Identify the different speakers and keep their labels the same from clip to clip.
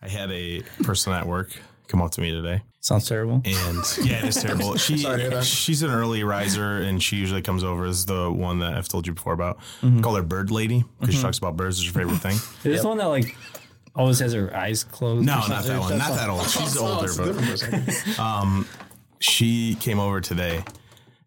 Speaker 1: I had a person at work come up to me today,
Speaker 2: Sounds terrible.
Speaker 1: and yeah, it's terrible. She
Speaker 3: Sorry to hear that.
Speaker 1: she's an early riser, and she usually comes over. This is the one that I've told you before about.
Speaker 3: Mm-hmm.
Speaker 2: Mhm.
Speaker 1: Call her Bird Lady because she talks about birds. Is her favorite thing?
Speaker 2: There's one that like always has her eyes closed.
Speaker 1: No,
Speaker 2: or
Speaker 1: not
Speaker 2: something.
Speaker 1: that one. Not that old. She's
Speaker 3: Oh,
Speaker 1: older,
Speaker 3: it's a
Speaker 1: but
Speaker 3: different person.
Speaker 1: um, she came over today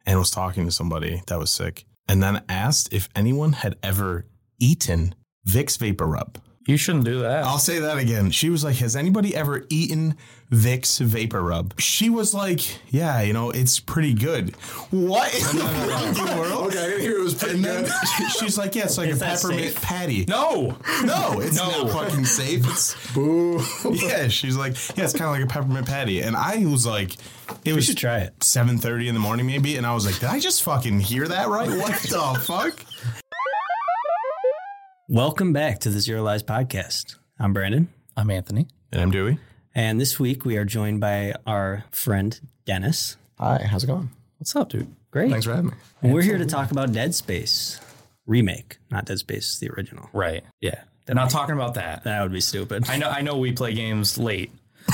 Speaker 1: and was talking to somebody that was sick, and then asked if anyone had ever eaten Vicks Vapor Rub.
Speaker 2: You shouldn't do that.
Speaker 1: I'll say that again. She was like, "Has anybody ever eaten Vicks Vapor Rub?" She was like, "Yeah, you know, it's pretty good." What in the world?
Speaker 3: okay, I didn't hear it was pretty
Speaker 1: And then
Speaker 3: good.
Speaker 1: she's like, "Yeah, it's like
Speaker 2: Is
Speaker 1: a
Speaker 2: that
Speaker 1: peppermint
Speaker 2: safe?
Speaker 1: patty."
Speaker 2: no.
Speaker 1: No, it's not fucking safe. It's
Speaker 3: Boo.
Speaker 1: yeah. She's like, "Yeah, it's kind of like a peppermint patty," and I was like, "It
Speaker 2: We
Speaker 1: was
Speaker 2: should try it.
Speaker 1: seven thirty in the morning, maybe," and I was like, "Did I just fucking hear that right? What the fuck?"
Speaker 2: Welcome back to the Zero Lies podcast. I'm Brandon,
Speaker 4: I'm Anthony.
Speaker 1: And I'm Dewey.
Speaker 2: and this week we are joined by our friend Dennis.
Speaker 3: Hi, how's it going?
Speaker 4: What's up, dude?
Speaker 2: Great.
Speaker 3: Thanks for having me.
Speaker 2: We're here to talk about Dead Space remake, not Dead Space the original.
Speaker 4: Right. Yeah. They're not talking about that.
Speaker 2: That would be stupid.
Speaker 4: I know. I know we play games late,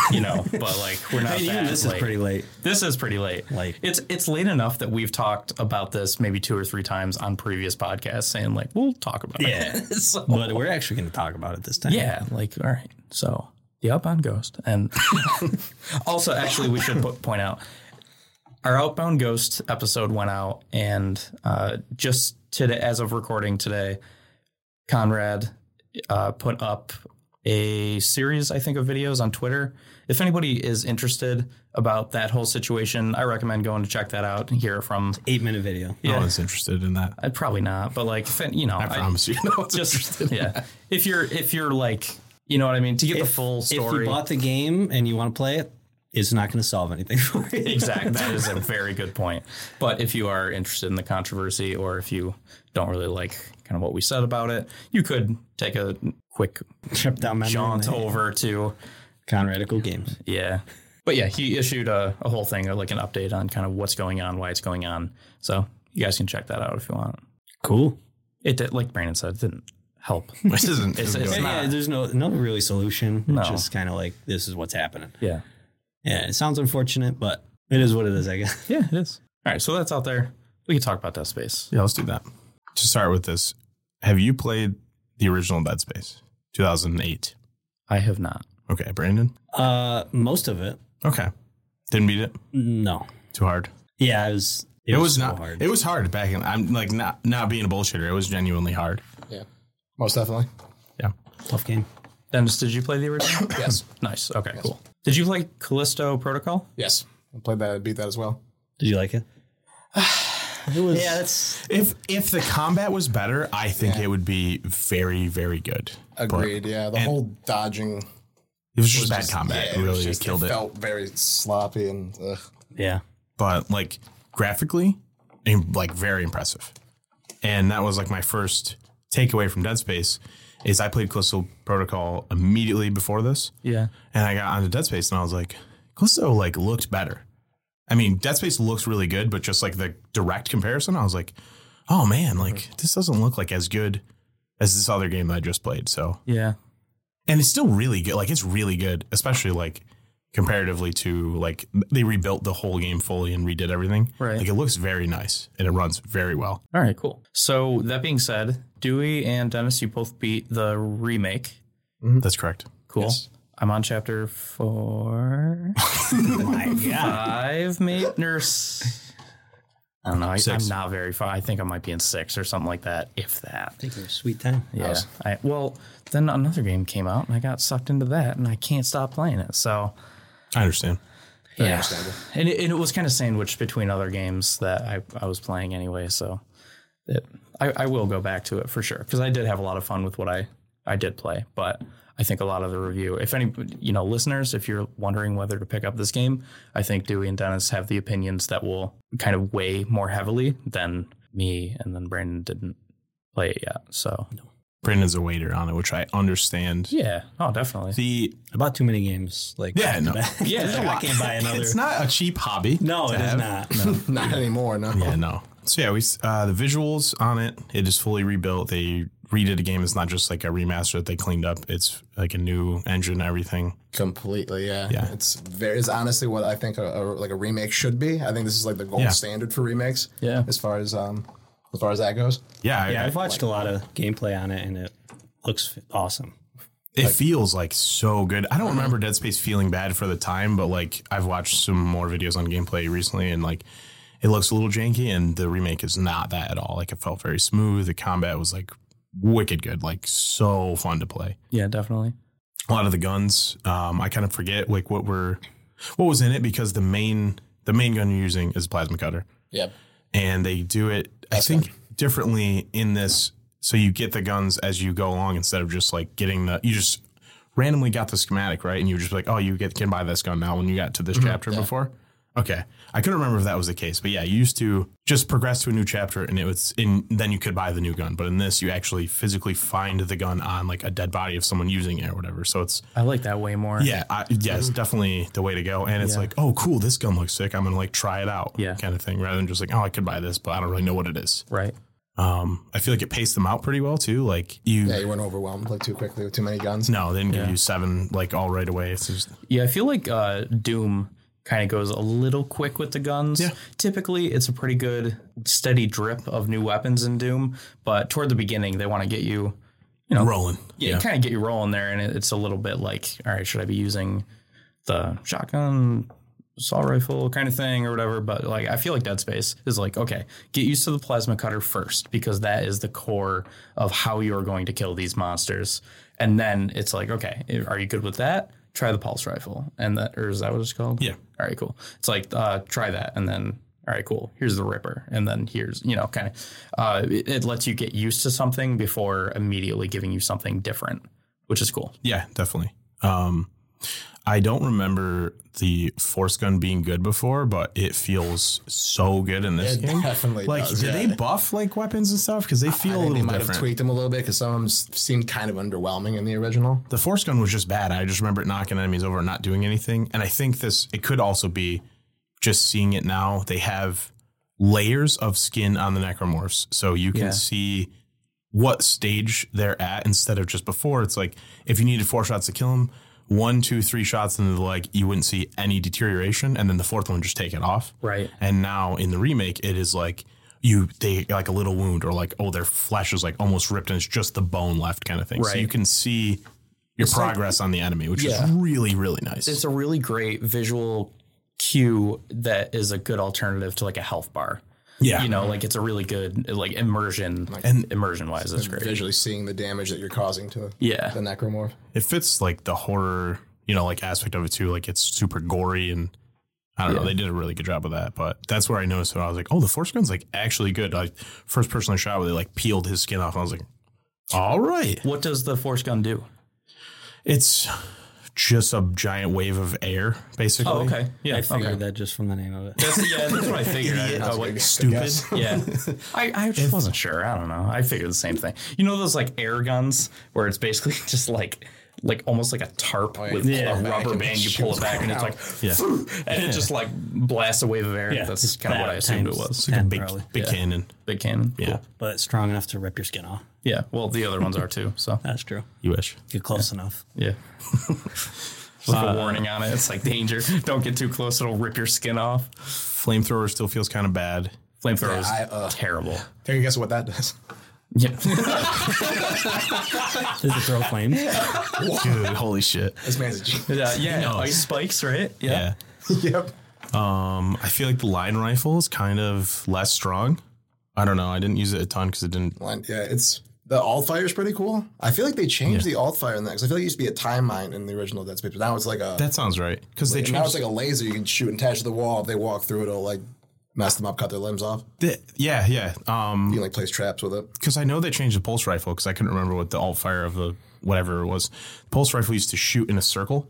Speaker 4: you know, but like we're not.
Speaker 2: I mean, even
Speaker 4: that
Speaker 2: this
Speaker 4: late.
Speaker 2: is pretty late.
Speaker 4: This is pretty late.
Speaker 2: Late.
Speaker 4: It's it's late enough that we've talked about this maybe two or three times on previous podcasts, saying like we'll talk about
Speaker 2: Yeah.
Speaker 4: it. so,
Speaker 2: But we're actually going to talk about it this time.
Speaker 4: yeah. Like all right. So the outbound ghost, and also actually we should po- point out our outbound ghost episode went out, and uh, just today, as of recording today, Conrad uh, put up a series, I think, of videos on Twitter. If anybody is interested about that whole situation, I recommend going to check that out and hear it from.
Speaker 2: Eight minute video.
Speaker 1: No
Speaker 4: Yeah,
Speaker 1: one's interested in that.
Speaker 4: i Uh, probably not, but like, if, you know,
Speaker 1: I, promise you. No one's
Speaker 4: just yeah. If you're if you're like, you know what I mean, to get the full
Speaker 2: If you
Speaker 4: story.
Speaker 2: bought the game and you want to play it, it's not going to solve anything for you.
Speaker 4: exactly, that is a very good point. But if you are interested in the controversy, or if you don't really like kind of what we said about it, you could take a quick
Speaker 2: Trip down memory
Speaker 4: jaunt
Speaker 2: lane.
Speaker 4: over to
Speaker 2: Conradical Games.
Speaker 4: Yeah. But yeah, he issued a, a whole thing, like an update on kind of what's going on, why it's going on. So you guys can check that out if you want.
Speaker 2: Cool.
Speaker 4: It did, like Brandon said, it didn't help.
Speaker 1: This isn't.
Speaker 4: It's- it's
Speaker 1: good.
Speaker 4: not-
Speaker 2: Yeah, there's no no really solution.
Speaker 4: No.
Speaker 2: It's just kind of like this is what's happening.
Speaker 4: Yeah.
Speaker 2: Yeah, it sounds unfortunate, but it is what it is, I guess.
Speaker 4: Yeah, it is. All right. So that's out there. We can talk about that space.
Speaker 1: Yeah, let's do that. To start with this, have you played the original Dead Space, 2008?
Speaker 4: I have not.
Speaker 1: Okay, Brandon.
Speaker 2: Uh, most of it,
Speaker 1: Okay, didn't beat it.
Speaker 2: no.
Speaker 1: Too hard.
Speaker 2: Yeah, it was.
Speaker 1: It, was,
Speaker 2: so
Speaker 1: not.
Speaker 2: hard.
Speaker 1: It was hard back in. I'm like not not being a bullshitter. It was genuinely hard.
Speaker 3: Yeah, most definitely.
Speaker 1: Yeah.
Speaker 2: Tough game.
Speaker 4: Dennis, did you play the original?
Speaker 3: Yes,
Speaker 4: nice. Okay, cool. Did you play Callisto Protocol?
Speaker 3: yes. I played that. I beat that as well.
Speaker 2: Did you like it?
Speaker 3: It was.
Speaker 2: Yeah, that's
Speaker 1: If if the combat was better, I think
Speaker 3: Yeah.
Speaker 1: it would be very very good.
Speaker 3: Agreed. Yeah, the
Speaker 1: and-
Speaker 3: whole dodging
Speaker 1: It was just
Speaker 3: was
Speaker 1: bad
Speaker 3: just-
Speaker 1: combat.
Speaker 3: yeah,
Speaker 1: it really
Speaker 3: was just-
Speaker 1: killed it.
Speaker 3: Felt very sloppy and ugh.
Speaker 2: yeah.
Speaker 1: but like graphically, im- like very impressive. And that was like my first takeaway from Dead Space is I played Callisto Protocol immediately before this,
Speaker 4: Yeah.
Speaker 1: and I got onto Dead Space and I was like, Callisto like looked better. I mean, Dead Space looks really good, but just like the direct comparison, I was like, oh man, like this doesn't look like as good as this other game I just played. So
Speaker 4: Yeah.
Speaker 1: and it's still really good. Like it's really good, especially like comparatively to like they rebuilt the whole game fully and redid everything.
Speaker 4: Right.
Speaker 1: Like it looks very nice and it runs very well.
Speaker 4: All right, cool. So that being said, Dewey and Dennis, you both beat the remake.
Speaker 1: That's correct.
Speaker 4: Cool. I'm on chapter four.
Speaker 2: My God.
Speaker 4: five maybe nurse. I don't know. I,
Speaker 1: Six.
Speaker 4: I'm not very far. I think I might be in six or something like that, if that.
Speaker 2: Taking a sweet time.
Speaker 4: Yeah. I, well, then another game came out, and I got sucked into that, and I can't stop playing it. So
Speaker 1: I understand.
Speaker 4: yeah. And it, and it was kind of sandwiched between other games that I, I was playing anyway. So it, I, I will go back to it for sure because I did have a lot of fun with what I, I did play. But I think a lot of the review, if any, you know, listeners, if you're wondering whether to pick up this game, I think Dewey and Dennis have the opinions that will kind of weigh more heavily than me and then Brandon didn't play it yet. So
Speaker 1: Brandon's a waiter on it, which I understand.
Speaker 4: yeah, oh, definitely.
Speaker 1: The
Speaker 2: I bought too many games. Like
Speaker 1: Yeah, no.
Speaker 2: yeah.
Speaker 4: Yeah.
Speaker 2: I can't buy another.
Speaker 1: it's not a cheap hobby.
Speaker 2: no,
Speaker 1: to
Speaker 2: it is
Speaker 1: have.
Speaker 2: not.
Speaker 3: Not anymore. No.
Speaker 1: Yeah, no. So yeah, we s- uh, the visuals on it. It is fully rebuilt. They redid a game. It's not just like a remaster that they cleaned up. It's like a new engine, everything.
Speaker 3: completely. Yeah,
Speaker 1: Yeah.
Speaker 3: It's very is honestly what I think a, a, like a remake should be. I think this is like the gold
Speaker 1: Yeah.
Speaker 3: standard for remakes.
Speaker 4: Yeah.
Speaker 3: as far as um, as far as that goes.
Speaker 1: Yeah, I-
Speaker 2: Yeah, I've watched a lot of gameplay on it, and it looks awesome.
Speaker 1: it feels like so good. I don't remember Dead Space feeling bad for the time, but like I've watched some more videos on gameplay recently, and like it looks a little janky, and the remake is not that at all. Like it felt very smooth. The combat was like wicked good, like so fun to play.
Speaker 4: Yeah, definitely.
Speaker 1: a lot of the guns. Um, I kind of forget like what were what was in it because the main the main gun you're using is a plasma cutter,
Speaker 3: Yep.
Speaker 1: and they do it I think differently in this. So you get the guns as you go along instead of just like getting the you just randomly got the schematic right, and you were just like oh you get can buy this gun now when you got to this chapter before. Okay, I couldn't remember if that was the case, but yeah, you used to just progress to a new chapter, and it was in. Then you could buy the new gun, but in this, you actually physically find the gun on like a dead body of someone using it or whatever. So it's
Speaker 4: I like that way more.
Speaker 1: yeah, I, yeah, it's definitely the way to go. And it's
Speaker 4: Yeah.
Speaker 1: like, oh, cool, this gun looks sick. I'm gonna like try it out,
Speaker 4: Yeah.
Speaker 1: kind of thing, rather than just like, oh, I could buy this, but I don't really know what it is.
Speaker 4: Right.
Speaker 1: Um, I feel like it paced them out pretty well too. Like you,
Speaker 3: Yeah, you weren't overwhelmed like too quickly with too many guns.
Speaker 1: no, they didn't give
Speaker 4: Yeah.
Speaker 1: you seven like all right away. It's just
Speaker 4: Yeah, I feel like uh, Doom kind of goes a little quick with the guns.
Speaker 1: Yeah.
Speaker 4: Typically, it's a pretty good steady drip of new weapons in Doom, but toward the beginning, they want to get you, you know,
Speaker 1: rolling.
Speaker 4: yeah, kind of get you rolling there, and it, it's a little bit like, all right, should I be using the shotgun, assault rifle kind of thing or whatever? But like, I feel like Dead Space is like, okay, get used to the plasma cutter first because that is the core of how you are going to kill these monsters, and then it's like, okay, are you good with that? Try the pulse rifle, and that or is that what it's called?
Speaker 1: Yeah.
Speaker 4: All right, cool. It's like uh, try that, and then all right, cool. Here's the Ripper, and then here's you know kind of uh, it, it lets you get used to something before immediately giving you something different, which is cool.
Speaker 1: Yeah, definitely. Um, I don't remember the force gun being good before, but it feels so good in this
Speaker 3: It
Speaker 1: game.
Speaker 3: definitely
Speaker 1: like,
Speaker 3: does,
Speaker 1: did
Speaker 3: yeah.
Speaker 1: they buff like weapons and stuff? Because they feel
Speaker 3: I
Speaker 1: a
Speaker 3: think
Speaker 1: little
Speaker 3: they might
Speaker 1: different.
Speaker 3: have tweaked them a little bit because some of them s- seemed kind of underwhelming in the original.
Speaker 1: the force gun was just bad. I just remember it knocking enemies over and not doing anything. And I think this it could also be just seeing it now. They have layers of skin on the necromorphs, so you can
Speaker 4: Yeah.
Speaker 1: see what stage they're at instead of just before. It's like if you needed four shots to kill them, one, two, three shots into the leg, you wouldn't see any deterioration, and then the fourth one just take it off.
Speaker 4: Right.
Speaker 1: And now in the remake, it is like you they like a little wound or like oh their flesh is like almost ripped and it's just the bone left kind of thing. So
Speaker 4: Right.
Speaker 1: you can see your progress on the enemy, which is really really nice.
Speaker 4: It's a really great visual cue that is a good alternative to like a health bar.
Speaker 1: yeah,
Speaker 4: You know, like it's a really good like immersion
Speaker 1: And-
Speaker 4: and immersion wise, it's great.
Speaker 3: Visually seeing the damage that you're causing to
Speaker 4: Yeah.
Speaker 3: the necromorph.
Speaker 1: it fits like the horror you know like aspect of it too. Like it's super gory and. I don't know. They did a really good job with that, but that's where I noticed it. I was like, "Oh, the force gun's like actually good." Like first person I shot, where they like peeled his skin off, and I was like, "All right."
Speaker 4: What does the force gun do?
Speaker 1: It's just a giant wave of air, basically.
Speaker 2: Oh,
Speaker 4: Yeah.
Speaker 2: I
Speaker 4: Oh, okay.
Speaker 2: figured that just from the name of it.
Speaker 4: That's, yeah, that's what I figured. I- I was like,
Speaker 1: Stupid.
Speaker 4: Yeah, I, I just wasn't sure. I don't know. I figured the same thing. You know those like air guns where it's basically just like like almost like a tarp with
Speaker 2: Oh, Yeah.
Speaker 4: a
Speaker 3: Back
Speaker 4: rubber
Speaker 3: and
Speaker 4: band.
Speaker 3: just
Speaker 4: You pull
Speaker 3: shoots
Speaker 4: it back and it's
Speaker 3: out.
Speaker 4: like
Speaker 1: Hmm.
Speaker 4: and it just like blasts a wave of air.
Speaker 2: Yeah,
Speaker 4: That's
Speaker 2: it's
Speaker 4: kind of what
Speaker 2: that
Speaker 4: I assumed it
Speaker 2: times-
Speaker 4: was.
Speaker 1: Like a
Speaker 2: And
Speaker 1: big,
Speaker 2: probably.
Speaker 1: big cannon.
Speaker 4: Big cannon.
Speaker 1: Yeah.
Speaker 4: Cool.
Speaker 2: But it's strong enough to rip your skin off.
Speaker 4: Yeah. Well, the other ones are too. So
Speaker 2: That's true.
Speaker 1: You wish.
Speaker 2: Get close enough.
Speaker 4: yeah. Uh, With a warning on it, it's like danger. Don't get too close; it'll rip your skin off.
Speaker 1: Flamethrower still feels kind of bad.
Speaker 4: Flamethrower is
Speaker 3: Yeah, I, uh,
Speaker 4: terrible.
Speaker 3: Take a guess what that does.
Speaker 4: Yeah,
Speaker 2: Does it throw flames?
Speaker 1: Dude, holy shit.
Speaker 3: This man's a genius.
Speaker 4: yeah, yeah. Ice spikes, right?
Speaker 1: Yeah.
Speaker 3: yep.
Speaker 1: Um, I feel like the line rifle is kind of less strong. I don't know. I didn't use it a ton because it didn't.
Speaker 3: Line- Yeah, it's the alt fire is pretty cool. I feel like they changed the alt fire in that 'cause I feel like it used to be a time mine in the original Dead Space, but now it's like a
Speaker 1: That sounds right. Because they
Speaker 3: now it's
Speaker 1: changed.
Speaker 3: like a laser you can shoot and attach to the wall. If they walk through, it'll like mess them up, cut their limbs off.
Speaker 1: the- yeah, yeah. Um,
Speaker 3: You can like place traps with it.
Speaker 1: because I know they changed the pulse rifle because I couldn't remember what the alt fire of the whatever it was. The pulse rifle used to shoot in a circle,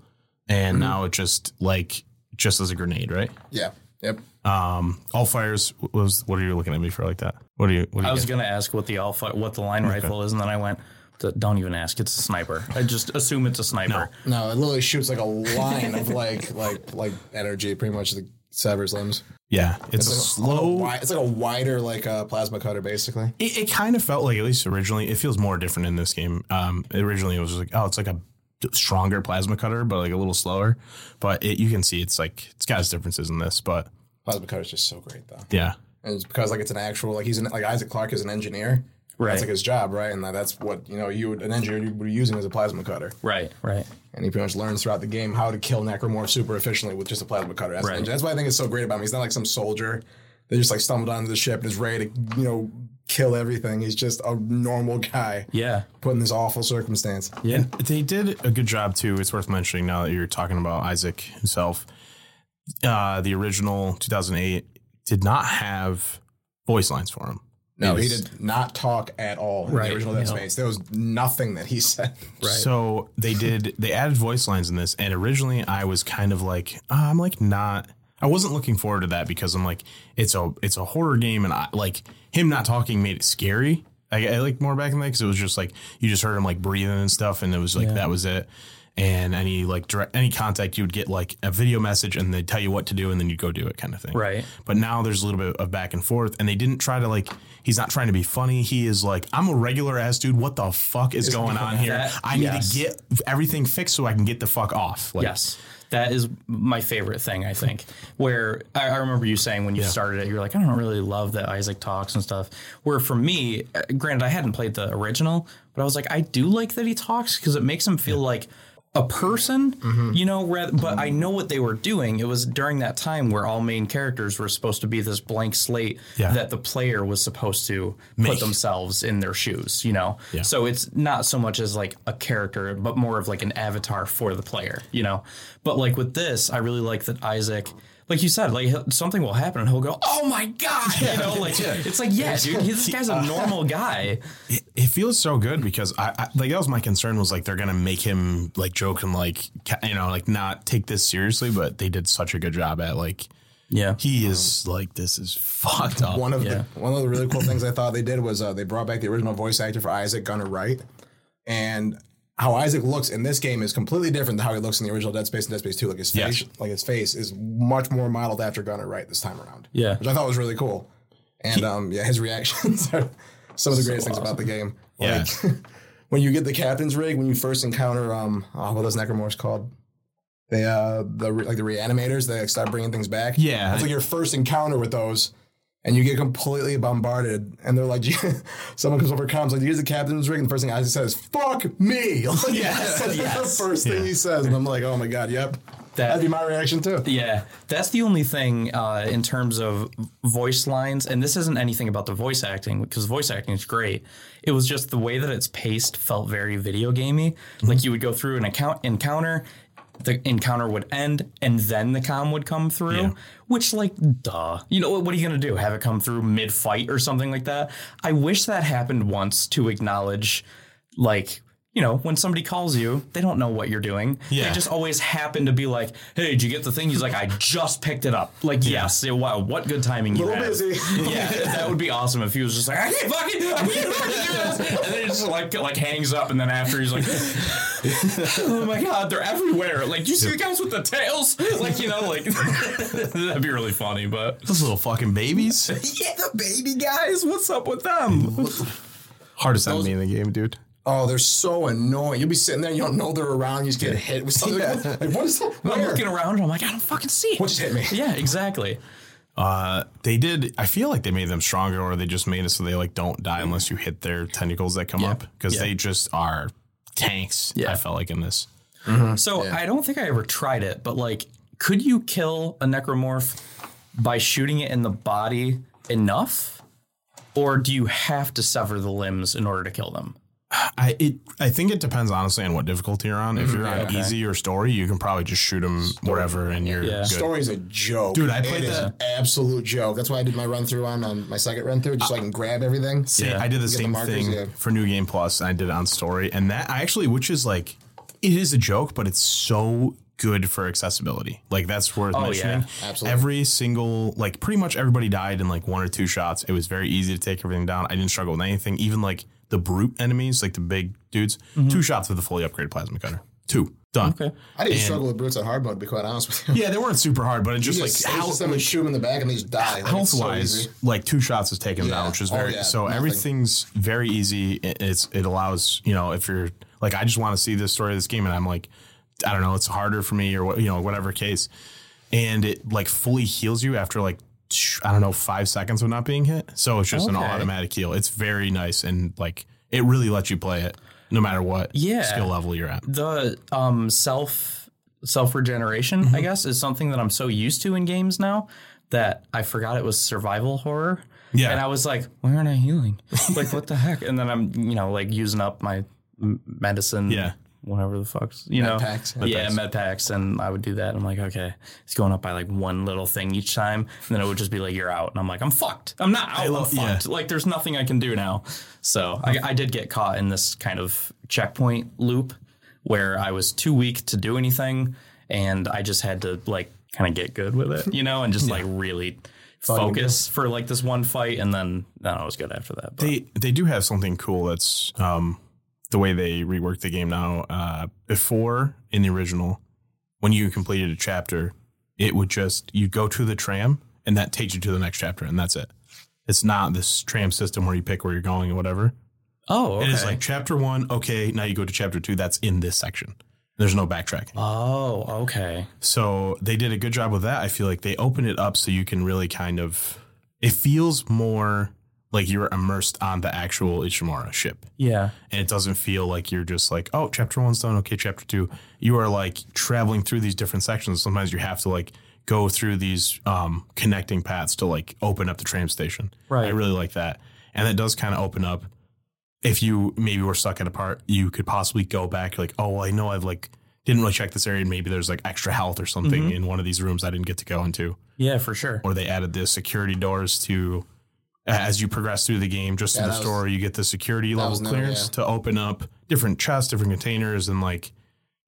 Speaker 1: and now it just like just as a grenade, right?
Speaker 3: Yeah. Yep.
Speaker 1: Um, all fires was. What are you looking at me for like that? What are you? What are you
Speaker 4: I was
Speaker 1: getting?
Speaker 4: gonna ask what the alpha, what the line rifle is, and then I went, "D- "Don't even ask. It's a sniper. I just assume it's a sniper."
Speaker 3: No, it literally shoots like a line of like like like energy, pretty much the severs limbs.
Speaker 1: Yeah, it's, a
Speaker 3: like
Speaker 1: slow.
Speaker 3: wi- it's like a wider like uh, plasma cutter basically.
Speaker 1: It, it kind of felt like, at least originally, it feels more different in this game. Um, originally, it was just like, oh, it's like a d- stronger plasma cutter, but like a little slower. But it, you can see it's like it's got its differences in this. But
Speaker 3: Plasma cutter is just so great though,
Speaker 1: yeah,
Speaker 3: and it's because like it's an actual like he's an, like Isaac Clarke is an engineer.
Speaker 4: Right.
Speaker 3: That's like his job, right? And that- that's what you know. You would, an engineer you would be using as a plasma cutter,
Speaker 4: Right, right.
Speaker 3: and he pretty much learns throughout the game how to kill Necromorph super efficiently with just a plasma cutter. That's,
Speaker 4: Right.
Speaker 3: that's why I think it's so great about him. He's not like some soldier that just like stumbled onto the ship and is ready to you know kill everything. He's just a normal guy
Speaker 4: Yeah.
Speaker 3: put in this awful circumstance.
Speaker 4: Yeah.
Speaker 1: they did a good job too. It's worth mentioning now that you're talking about Isaac himself. Uh, the original 2008 did not have voice lines for him.
Speaker 3: No, he
Speaker 1: Yes.
Speaker 3: did not talk at all in
Speaker 4: Right,
Speaker 3: the original Dead
Speaker 4: no.
Speaker 3: Space. There was nothing that he said.
Speaker 1: So they did they added voice lines in this, and originally I was kind of like ah, I'm like not I wasn't looking forward to that because I'm like it's a it's a horror game, and I like him not talking made it scary. I, I like more back in the day because it was just like you just heard him like breathing and stuff, and it was like that was it. And any like direct any contact you would get like a video message, and they tell you what to do, and then you go do it kind of thing.
Speaker 4: Right.
Speaker 1: But now there's a little bit of back and forth, and they didn't try to like. He's not trying to be funny. He is like, I'm a regular ass dude. What the fuck is going on here?
Speaker 4: That-
Speaker 1: I need
Speaker 4: yes.
Speaker 1: to get everything fixed so I can get the fuck off. Like,
Speaker 4: Yes. That is my favorite thing, I think. Where I, I remember you saying when you started it, you were like, I don't really love that Isaac talks and stuff. Where for me, uh, granted, I hadn't played the original, but I was like, I do like that he talks because it makes him feel like a person,
Speaker 1: Mm-hmm.
Speaker 4: you know, rather, but I know what they were doing. It was during that time where all main characters were supposed to be this blank slate
Speaker 1: Yeah.
Speaker 4: that the player was supposed to
Speaker 1: Make.
Speaker 4: put themselves in their shoes, you know?
Speaker 1: Yeah.
Speaker 4: So it's not so much as like a character, but more of like an avatar for the player, you know? But like with this, I really like that Isaac, like you said, like he'll- something will happen and he'll go, oh my God, you know? Like, it's like, yeah, dude, he- this guy's a normal guy.
Speaker 1: it feels so good because I, I like that was my concern was like they're gonna make him like joke and like ca- you know like not take this seriously, but they did such a good job at like
Speaker 4: Yeah.
Speaker 1: he is like this is fucked up.
Speaker 3: One of
Speaker 4: Yeah.
Speaker 3: the one of the really cool things I thought they did was uh, they brought back the original voice actor for Isaac Gunnar Wright, and how Isaac looks in this game is completely different than how he looks in the original Dead Space and Dead Space Two. Like his
Speaker 1: Yes.
Speaker 3: face, like his face is much more modeled after Gunnar Wright this time around.
Speaker 4: Yeah.
Speaker 3: which I thought was really cool. And um, yeah, his reactions are some of the greatest things about the game.
Speaker 1: Yeah.
Speaker 3: Like, when you get the captain's rig, when you first encounter um, oh, what are those necromorphs called? They uh, the re- like the reanimators. They like, start bringing things back.
Speaker 1: Yeah.
Speaker 3: that's like your first encounter with those, and you get completely bombarded. And they're like, someone comes over comms like, "Here's the captain's rig," and the first thing Isaac says, "Fuck me." Like, that's
Speaker 4: yes.
Speaker 3: the first thing he says, and I'm like, "Oh my god, yep."
Speaker 4: That-
Speaker 3: That'd be my reaction too.
Speaker 4: Yeah, that's the only thing uh, in terms of voice lines, and this isn't anything about the voice acting because voice acting is great. It was just the way that it's paced felt very video gamey. Like you would go through an account encounter, the encounter would end, and then the com would come through. Which, like, duh, you know what are you gonna do? Have it come through mid fight or something like that? I wish that happened once to acknowledge, like. You know, when somebody calls you, they don't know what you're doing.
Speaker 1: Yeah.
Speaker 4: They just always happen to be like, "Hey, did you get the thing?" He's like, "I just picked it up." Like, yes, yeah, wow, what good timing you
Speaker 3: Little
Speaker 4: had.
Speaker 3: busy.
Speaker 4: Yeah, that would be awesome if he was just like, "I can't fucking, I can't fucking do this," and then he just like like hangs up, and then after he's like, "Oh my god, they're everywhere!" Like, you see the guys with the tails? Like, you know, like that'd be really funny. But
Speaker 1: Those little fucking babies,
Speaker 4: yeah, the baby guys, what's up with them?
Speaker 1: hardest enemy in the game, dude.
Speaker 3: Oh, they're so annoying. Youyou'll be sitting there, and you don't know they're around. You just get hit with something. Like, what is that?
Speaker 4: I'm
Speaker 3: Where?
Speaker 4: looking around, and I'm like, I don't fucking see it.
Speaker 3: What just hit me?
Speaker 4: yeah, exactly.
Speaker 1: Uh, they did. I feel like they made them stronger, or they just made it so they like don't die unless you hit their tentacles that come up because they just are tanks.
Speaker 4: Yeah.
Speaker 1: I felt like in this.
Speaker 4: So I don't think I ever tried it, but like, could you kill a necromorph by shooting it in the body enough, or do you have to sever the limbs in order to kill them?
Speaker 1: I it I think it depends honestly on what difficulty you're on. If you're on easy or story, you can probably just shoot them wherever and you're
Speaker 4: Yeah.
Speaker 1: good.
Speaker 3: Story's a joke,
Speaker 1: Dude, I played
Speaker 3: It is
Speaker 1: the-
Speaker 3: an absolute joke. That's why I did my run through on, on my second run through, just so I can grab everything.
Speaker 1: Same- I did the
Speaker 3: the
Speaker 1: same
Speaker 3: markers,
Speaker 1: thing
Speaker 3: yeah.
Speaker 1: for New Game Plus. and I did it on story, and that I actually, which is like, it is a joke, but it's so good for accessibility. Like that's worth mentioning.
Speaker 3: Absolutely.
Speaker 1: Every single, like, pretty much everybody died in like one or two shots. It was very easy to take everything down. I didn't struggle with anything. Even like the brute enemies, like the big dudes, two shots with the fully upgraded plasma cutter. Two. Done.
Speaker 4: Okay.
Speaker 3: I didn't
Speaker 1: And-
Speaker 3: struggle with brutes on hard mode, to be quite honest with you.
Speaker 1: Yeah, they weren't super hard, but it just
Speaker 3: You
Speaker 1: like
Speaker 3: just,
Speaker 1: how-
Speaker 3: it's just them and shoot them in the back and they just die. Like, it's
Speaker 1: health
Speaker 3: so
Speaker 1: wise,
Speaker 3: easy.
Speaker 1: like two shots is taken
Speaker 3: Yeah.
Speaker 1: down, which is
Speaker 3: Oh,
Speaker 1: very
Speaker 3: yeah.
Speaker 1: so
Speaker 3: Nothing.
Speaker 1: everything's very easy. It- It's it allows you know if you're like I just want to see this story of this game, and I'm like I don't know, it's harder for me or what you know whatever case, and it like fully heals you after like sh- I don't know five seconds of not being hit. So it's just an
Speaker 4: Okay.
Speaker 1: automatic heal. It's very nice and like it really lets you play it no matter what
Speaker 4: Yeah.
Speaker 1: skill level you're at.
Speaker 4: the um, self self regeneration, I guess, is something that I'm so used to in games now that I forgot it was survival horror.
Speaker 1: Yeah.
Speaker 4: and I was like, "Why aren't I healing? like, what the heck?" And then I'm, you know, like using up my m- medicine.
Speaker 1: Yeah.
Speaker 4: Whatever the fuck's, you know,
Speaker 3: packs. Med
Speaker 4: yeah, med packs, and I would do that. I'm like, okay, it's going up by like one little thing each time, and then it would just be like, you're out, and I'm like, I'm fucked. I'm not out.
Speaker 1: love-
Speaker 4: I'm
Speaker 1: yeah.
Speaker 4: fucked. Like, there's nothing I can do now. So I, I did get caught in this kind of checkpoint loop where I was too weak to do anything, and I just had to like kind of get good with it, you know, and just like really focus for like this one fight, and then then I was good after that. But
Speaker 1: They they do have something cool that's um, the way they rework the game now. Uh, before in the original, when you completed a chapter, it would just you go to the tram and that takes you to the next chapter and that's it. It's not this tram system where you pick where you're going and whatever.
Speaker 4: oh,
Speaker 1: It is like chapter one, okay, now you go to chapter two. That's in this section. There's no backtracking.
Speaker 4: oh, okay,
Speaker 1: So they did a good job with that. I feel like they opened it up so you can really kind of. It feels more like you're immersed on the actual Ichimura ship,
Speaker 4: yeah,
Speaker 1: and it doesn't feel like you're just like, oh, chapter one's done, okay, chapter two. You are like traveling through these different sections. Sometimes you have to like go through these um, connecting paths to like open up the tram station.
Speaker 4: Right.
Speaker 1: I really like that, and it does kind of open up. If you maybe were stuck at a part, you could possibly go back. Like, oh, well, I know I've like didn't really check this area, and maybe there's like extra health or something in one of these rooms I didn't get to go into
Speaker 4: yeah, for sure.
Speaker 1: or they added the security doors to as you progress through the game just
Speaker 3: Yeah,
Speaker 1: in the
Speaker 3: that was-
Speaker 1: store you get the security level
Speaker 3: was never-
Speaker 1: clearance to open up different chests different containers and like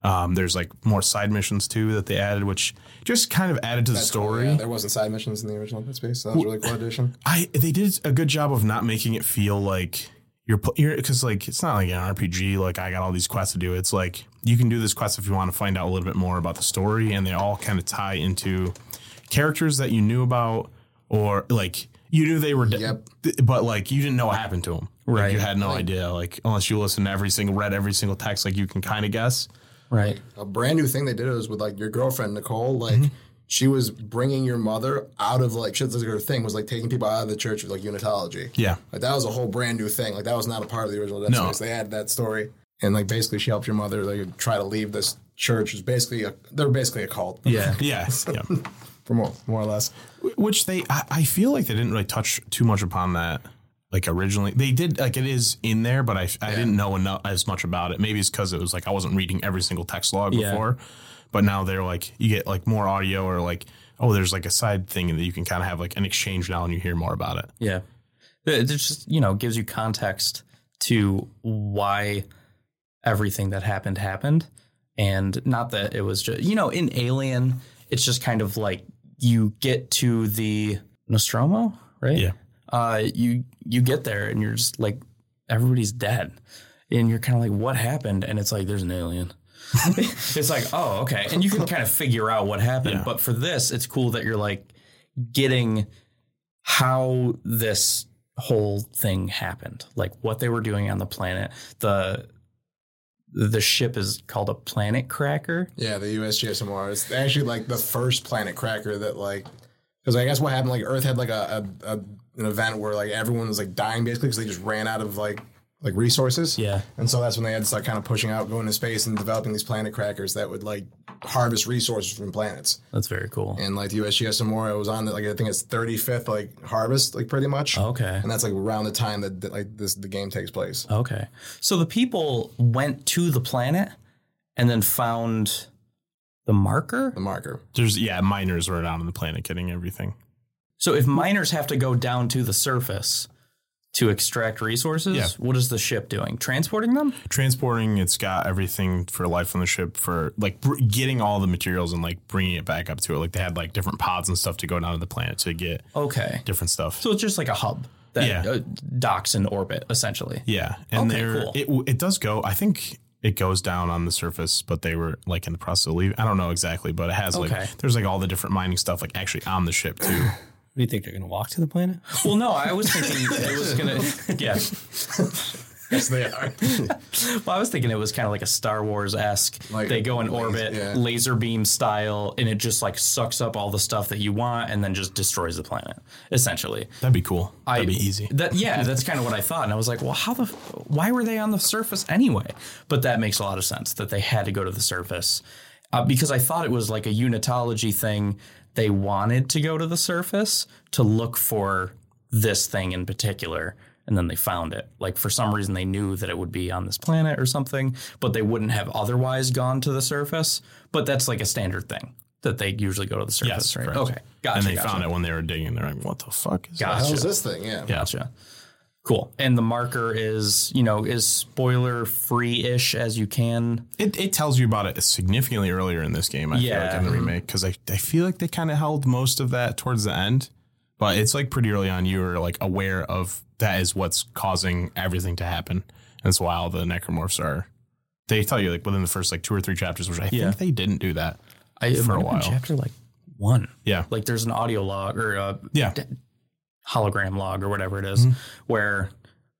Speaker 1: um, there's like more side missions too that they added which just kind of added to the
Speaker 3: That's cool,
Speaker 1: story
Speaker 3: yeah. There wasn't side missions in the original Dead Space, so that was a really cool addition.
Speaker 1: i they did a good job of not making it feel like you're because like it's not like an rpg like i got all these quests to do it's like you can do this quest if you want to find out a little bit more about the story and they all kind of tie into characters that you knew about or like you knew they were dead
Speaker 3: Yep.
Speaker 1: th- but like you didn't know what happened to them
Speaker 4: Right.
Speaker 1: you had no idea like unless you listen to every single read every single text like you can kind of guess
Speaker 4: Right.
Speaker 3: A brand new thing they did was with like your girlfriend Nicole, like.
Speaker 1: Mm-hmm.
Speaker 3: She was bringing your mother out of like shit. That's like her thing was like taking people out of the church with like unitology.
Speaker 1: yeah
Speaker 3: Like that was a whole brand new thing. Like that was not a part of the original Dead
Speaker 1: No.
Speaker 3: Space. They added that story, and like basically she helped your mother like try to leave this church. It's basically a they're basically a cult.
Speaker 4: Yeah.
Speaker 1: yeah yeah
Speaker 3: for more more or less.
Speaker 1: which they I, I feel like they didn't really touch too much upon that like originally they did like it is in there but i, I didn't know enough as much about it maybe it's because it was like i wasn't reading every single text log
Speaker 4: Yeah.
Speaker 1: before but now they're like you get like more audio or like oh there's like a side thing that you can kind of have like an exchange now and you hear more about it
Speaker 4: Yeah. It it just, you know, gives you context to why everything that happened happened. And not that it was just, you know, in Alien, it's just kind of like you get to the Nostromo, right?
Speaker 1: Yeah.
Speaker 4: Uh, you you get there and you're just like everybody's dead, and you're kind of like, what happened? And it's like there's an alien. it's like, oh, okay, and you can kind of figure out what happened.
Speaker 1: Yeah.
Speaker 4: But for this, it's cool that you're like getting how this whole thing happened, like what they were doing on the planet. The the ship is called a planet cracker.
Speaker 3: Yeah, the USGSMR. It's actually like the first planet cracker that like because I guess what happened like Earth had like a, a, a an event where like everyone was like dying basically because they just ran out of like like resources.
Speaker 4: Yeah.
Speaker 3: And so that's when they had to start kind of pushing out, going to space, and developing these planet crackers that would like harvest resources from planets.
Speaker 4: That's very cool.
Speaker 3: And like the USGSMR was on the, like I think it's thirty fifth like harvest like pretty much.
Speaker 4: Okay.
Speaker 3: And that's like around the time that, that like this the game takes place.
Speaker 4: Okay. So the people went to the planet and then found the marker.
Speaker 3: The marker.
Speaker 1: there's yeah miners were down on the planet getting everything
Speaker 4: So if miners have to go down to the surface to extract resources,
Speaker 1: Yeah.
Speaker 4: what is the ship doing? Transporting them?
Speaker 1: transporting it's got everything for life on the ship for like br- getting all the materials and like bringing it back up to it like they had like different pods and stuff to go down to the planet to get
Speaker 4: Okay.
Speaker 1: different stuff
Speaker 4: So it's just like a hub that
Speaker 1: Yeah.
Speaker 4: uh, docks in orbit essentially.
Speaker 1: Yeah, and
Speaker 4: Okay,
Speaker 1: there
Speaker 4: cool.
Speaker 1: it it does go. I think it goes down on the surface, but they were like in the process of leaving. I don't know exactly, but it has
Speaker 4: Okay.
Speaker 1: like there's like all the different mining stuff like actually on the ship too.
Speaker 2: do you think they're gonna walk to the planet?
Speaker 4: Well, no, I was thinking it was gonna. Yeah.
Speaker 3: Yes, they are.
Speaker 4: Well, I was thinking it was kind of like a Star Wars esque.
Speaker 3: Like
Speaker 4: they go in
Speaker 3: laser-
Speaker 4: orbit,
Speaker 3: yeah.
Speaker 4: laser beam style, and it just like sucks up all the stuff that you want, and then just destroys the planet. Essentially,
Speaker 1: That'd be cool.
Speaker 4: I-
Speaker 1: That'd be easy.
Speaker 4: That yeah, that's kind of what I thought, and I was like, well, how the f- why were they on the surface anyway? But that makes a lot of sense that they had to go to the surface uh, because I thought it was like a unitology thing. They wanted to go to the surface to look for this thing in particular, and then they found it. Like for some reason, they knew that it would be on this planet or something, but they wouldn't have otherwise gone to the surface. But that's like a standard thing that they usually go to the
Speaker 1: Yes,
Speaker 4: surface, right?
Speaker 1: correct.
Speaker 4: Okay, gotcha.
Speaker 1: and they
Speaker 4: gotcha.
Speaker 1: found it when they were digging. They're like, "What the fuck is
Speaker 3: How
Speaker 1: that?"
Speaker 3: is this thing? Yeah.
Speaker 4: Gotcha. Cool. And the marker is, you know, is spoiler free ish as you can.
Speaker 1: It, it tells you about it significantly earlier in this game. I feel like
Speaker 4: Yeah.
Speaker 1: in the remake because I, I feel like they kind of held most of that towards the end, but it's like pretty early on. You were like aware of that is what's causing everything to happen. That's why all the necromorphs are. They tell you like within the first like two or three chapters, which I
Speaker 4: Yeah.
Speaker 1: think they didn't do that.
Speaker 4: I, it
Speaker 1: For a
Speaker 4: might have been
Speaker 1: while.
Speaker 4: Chapter like one.
Speaker 1: Yeah,
Speaker 4: Like there's an audio log or a
Speaker 1: yeah,
Speaker 4: hologram log or whatever it is, where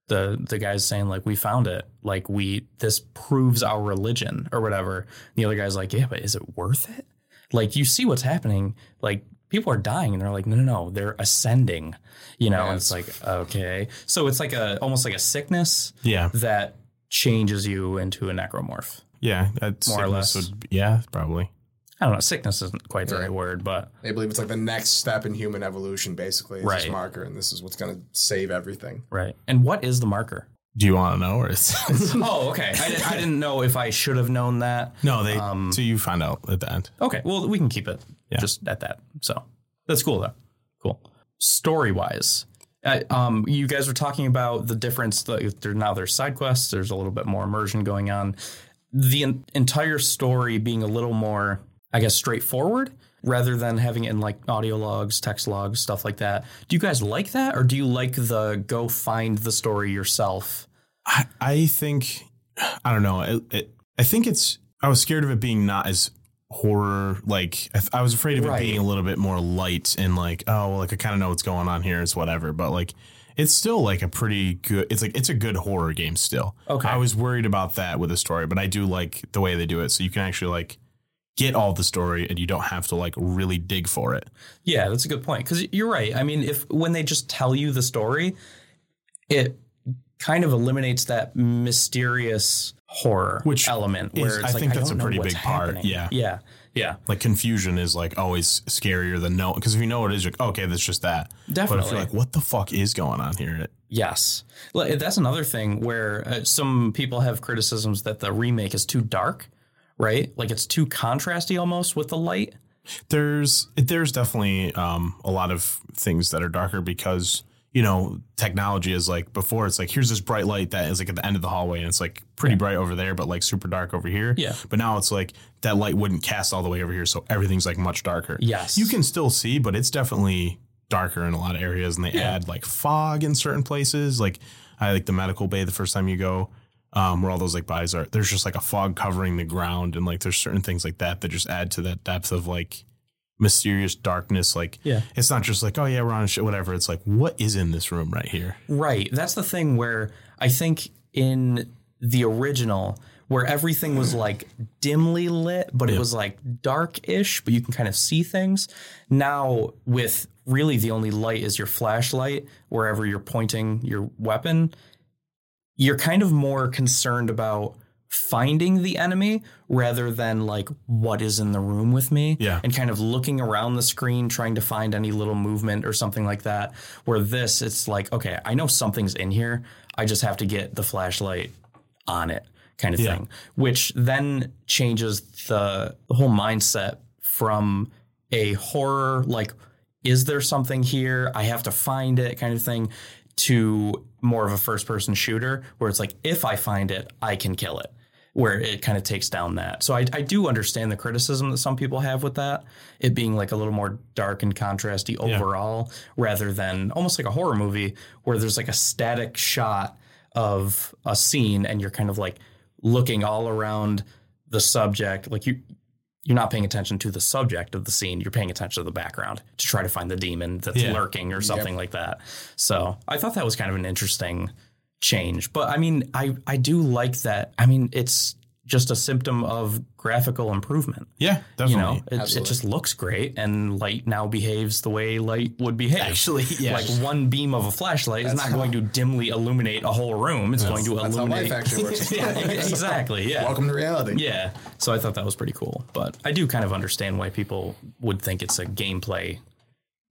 Speaker 4: the the guy's saying like we found it, like we this proves our religion or whatever. And the other guy's like, yeah, but is it worth it? Like you see what's happening, like people are dying, and they're like, no, no, no, they're ascending, you know. And it's like okay, so it's like a almost like a sickness
Speaker 1: yeah,
Speaker 4: that changes you into a necromorph.
Speaker 1: yeah. That's
Speaker 4: More or less.
Speaker 1: yeah, probably.
Speaker 4: I don't know. Sickness isn't quite the right word, but
Speaker 3: They believe it's like the next step in human evolution, basically. It's this
Speaker 4: Right.
Speaker 3: marker, and this is what's going to save everything.
Speaker 4: right. And what is the marker?
Speaker 1: Do you want to know or is
Speaker 4: oh, okay. I, did, I didn't know if I should have known that.
Speaker 1: no? They so you find out at the end.
Speaker 4: Okay, well, we can keep it just at that. So that's cool though. Cool. Story wise, uh, um, you guys were talking about the difference. That there, now there's side quests. There's a little bit more immersion going on. The en- entire story being a little more, I guess, straightforward rather than having it in like audio logs, text logs, stuff like that. Do you guys like that, or do you like the go find the story yourself?
Speaker 1: I, I think I don't know. It, it, I think it's. I was scared of it being not as horror. Like I, th- I was afraid of
Speaker 4: Right.
Speaker 1: it being a little bit more light and like oh well, like I kind of know what's going on here. It's whatever, but like it's still like a pretty good. It's like it's a good horror game still.
Speaker 4: Okay.
Speaker 1: I was worried about that with the story, but I do like the way they do it. So you can actually like get all the story and you don't have to like really dig for it.
Speaker 4: Yeah, that's a good point because you're right. I mean, if when they just tell you the story, it kind of eliminates that mysterious horror
Speaker 1: Which
Speaker 4: element
Speaker 1: is-
Speaker 4: where it's
Speaker 1: I
Speaker 4: like,
Speaker 1: think that's a
Speaker 4: don't know
Speaker 1: pretty
Speaker 4: what's
Speaker 1: big part,
Speaker 4: happening.
Speaker 1: yeah.
Speaker 4: yeah, yeah,
Speaker 1: Like confusion is like always scarier than no because if you know what it is, you're like okay, that's just that. But if
Speaker 4: Definitely.
Speaker 1: you're like, what the fuck is going on here? It,
Speaker 4: yes. Like, That's another thing where uh, some people have criticisms that the remake is too dark, right? Like it's too contrasty almost with the light.
Speaker 1: there's there's definitely um, a lot of things that are darker because you know technology is like before it's like here's this bright light that is like at the end of the hallway and it's like pretty bright over there but like super dark over here
Speaker 4: Yeah.
Speaker 1: but now it's like that light wouldn't cast all the way over here so everything's like much darker
Speaker 4: Yes.
Speaker 1: you can still see but it's definitely darker in a lot of areas and they add like fog in certain places like i like the medical bay the first time you go um, where all those like bodies are there's just like a fog covering the ground and like there's certain things like that that just add to that depth of like mysterious darkness. Like,
Speaker 4: Yeah.
Speaker 1: it's not just like, oh yeah, we're on a shit, whatever. It's like, what is in this room right here?
Speaker 4: Right. That's the thing where I think in the original, where everything was like dimly lit, but it was like dark ish, but you can kind of see things. Now, with really the only light is your flashlight, wherever you're pointing your weapon, you're kind of more concerned about finding the enemy rather than like what is in the room with me
Speaker 1: Yeah.
Speaker 4: and kind of looking around the screen trying to find any little movement or something like that where this it's like okay i know something's in here i just have to get the flashlight on it kind of
Speaker 1: Yeah.
Speaker 4: thing which then changes the, the whole mindset from a horror like is there something here i have to find it kind of thing to more of a first person shooter where it's like if i find it i can kill it where it kind of takes down that so I, I do understand the criticism that some people have with that it being like a little more dark and contrasty overall rather than almost like a horror movie where there's like a static shot of a scene and you're kind of like looking all around the subject. Like you, you're not paying attention to the subject of the scene. You're paying attention to the background to try to find the demon that's
Speaker 1: Yeah.
Speaker 4: lurking or something like that. So I thought that was kind of an interesting change. But I mean, I I do like that. I mean, it's just a symptom of graphical improvement.
Speaker 1: Yeah,
Speaker 4: You
Speaker 1: definitely.
Speaker 4: know, it, it
Speaker 3: Absolutely.
Speaker 4: just looks great, and light now behaves the way light would behave.
Speaker 1: Actually, yeah.
Speaker 4: like one beam of a flashlight is not going to dimly illuminate a whole room. It's going to
Speaker 3: That's how
Speaker 4: illuminate.
Speaker 3: life actually works.
Speaker 4: exactly. Yeah.
Speaker 3: Welcome to reality.
Speaker 4: Yeah. So I thought that was pretty cool. But I do kind of understand why people would think it's a gameplay,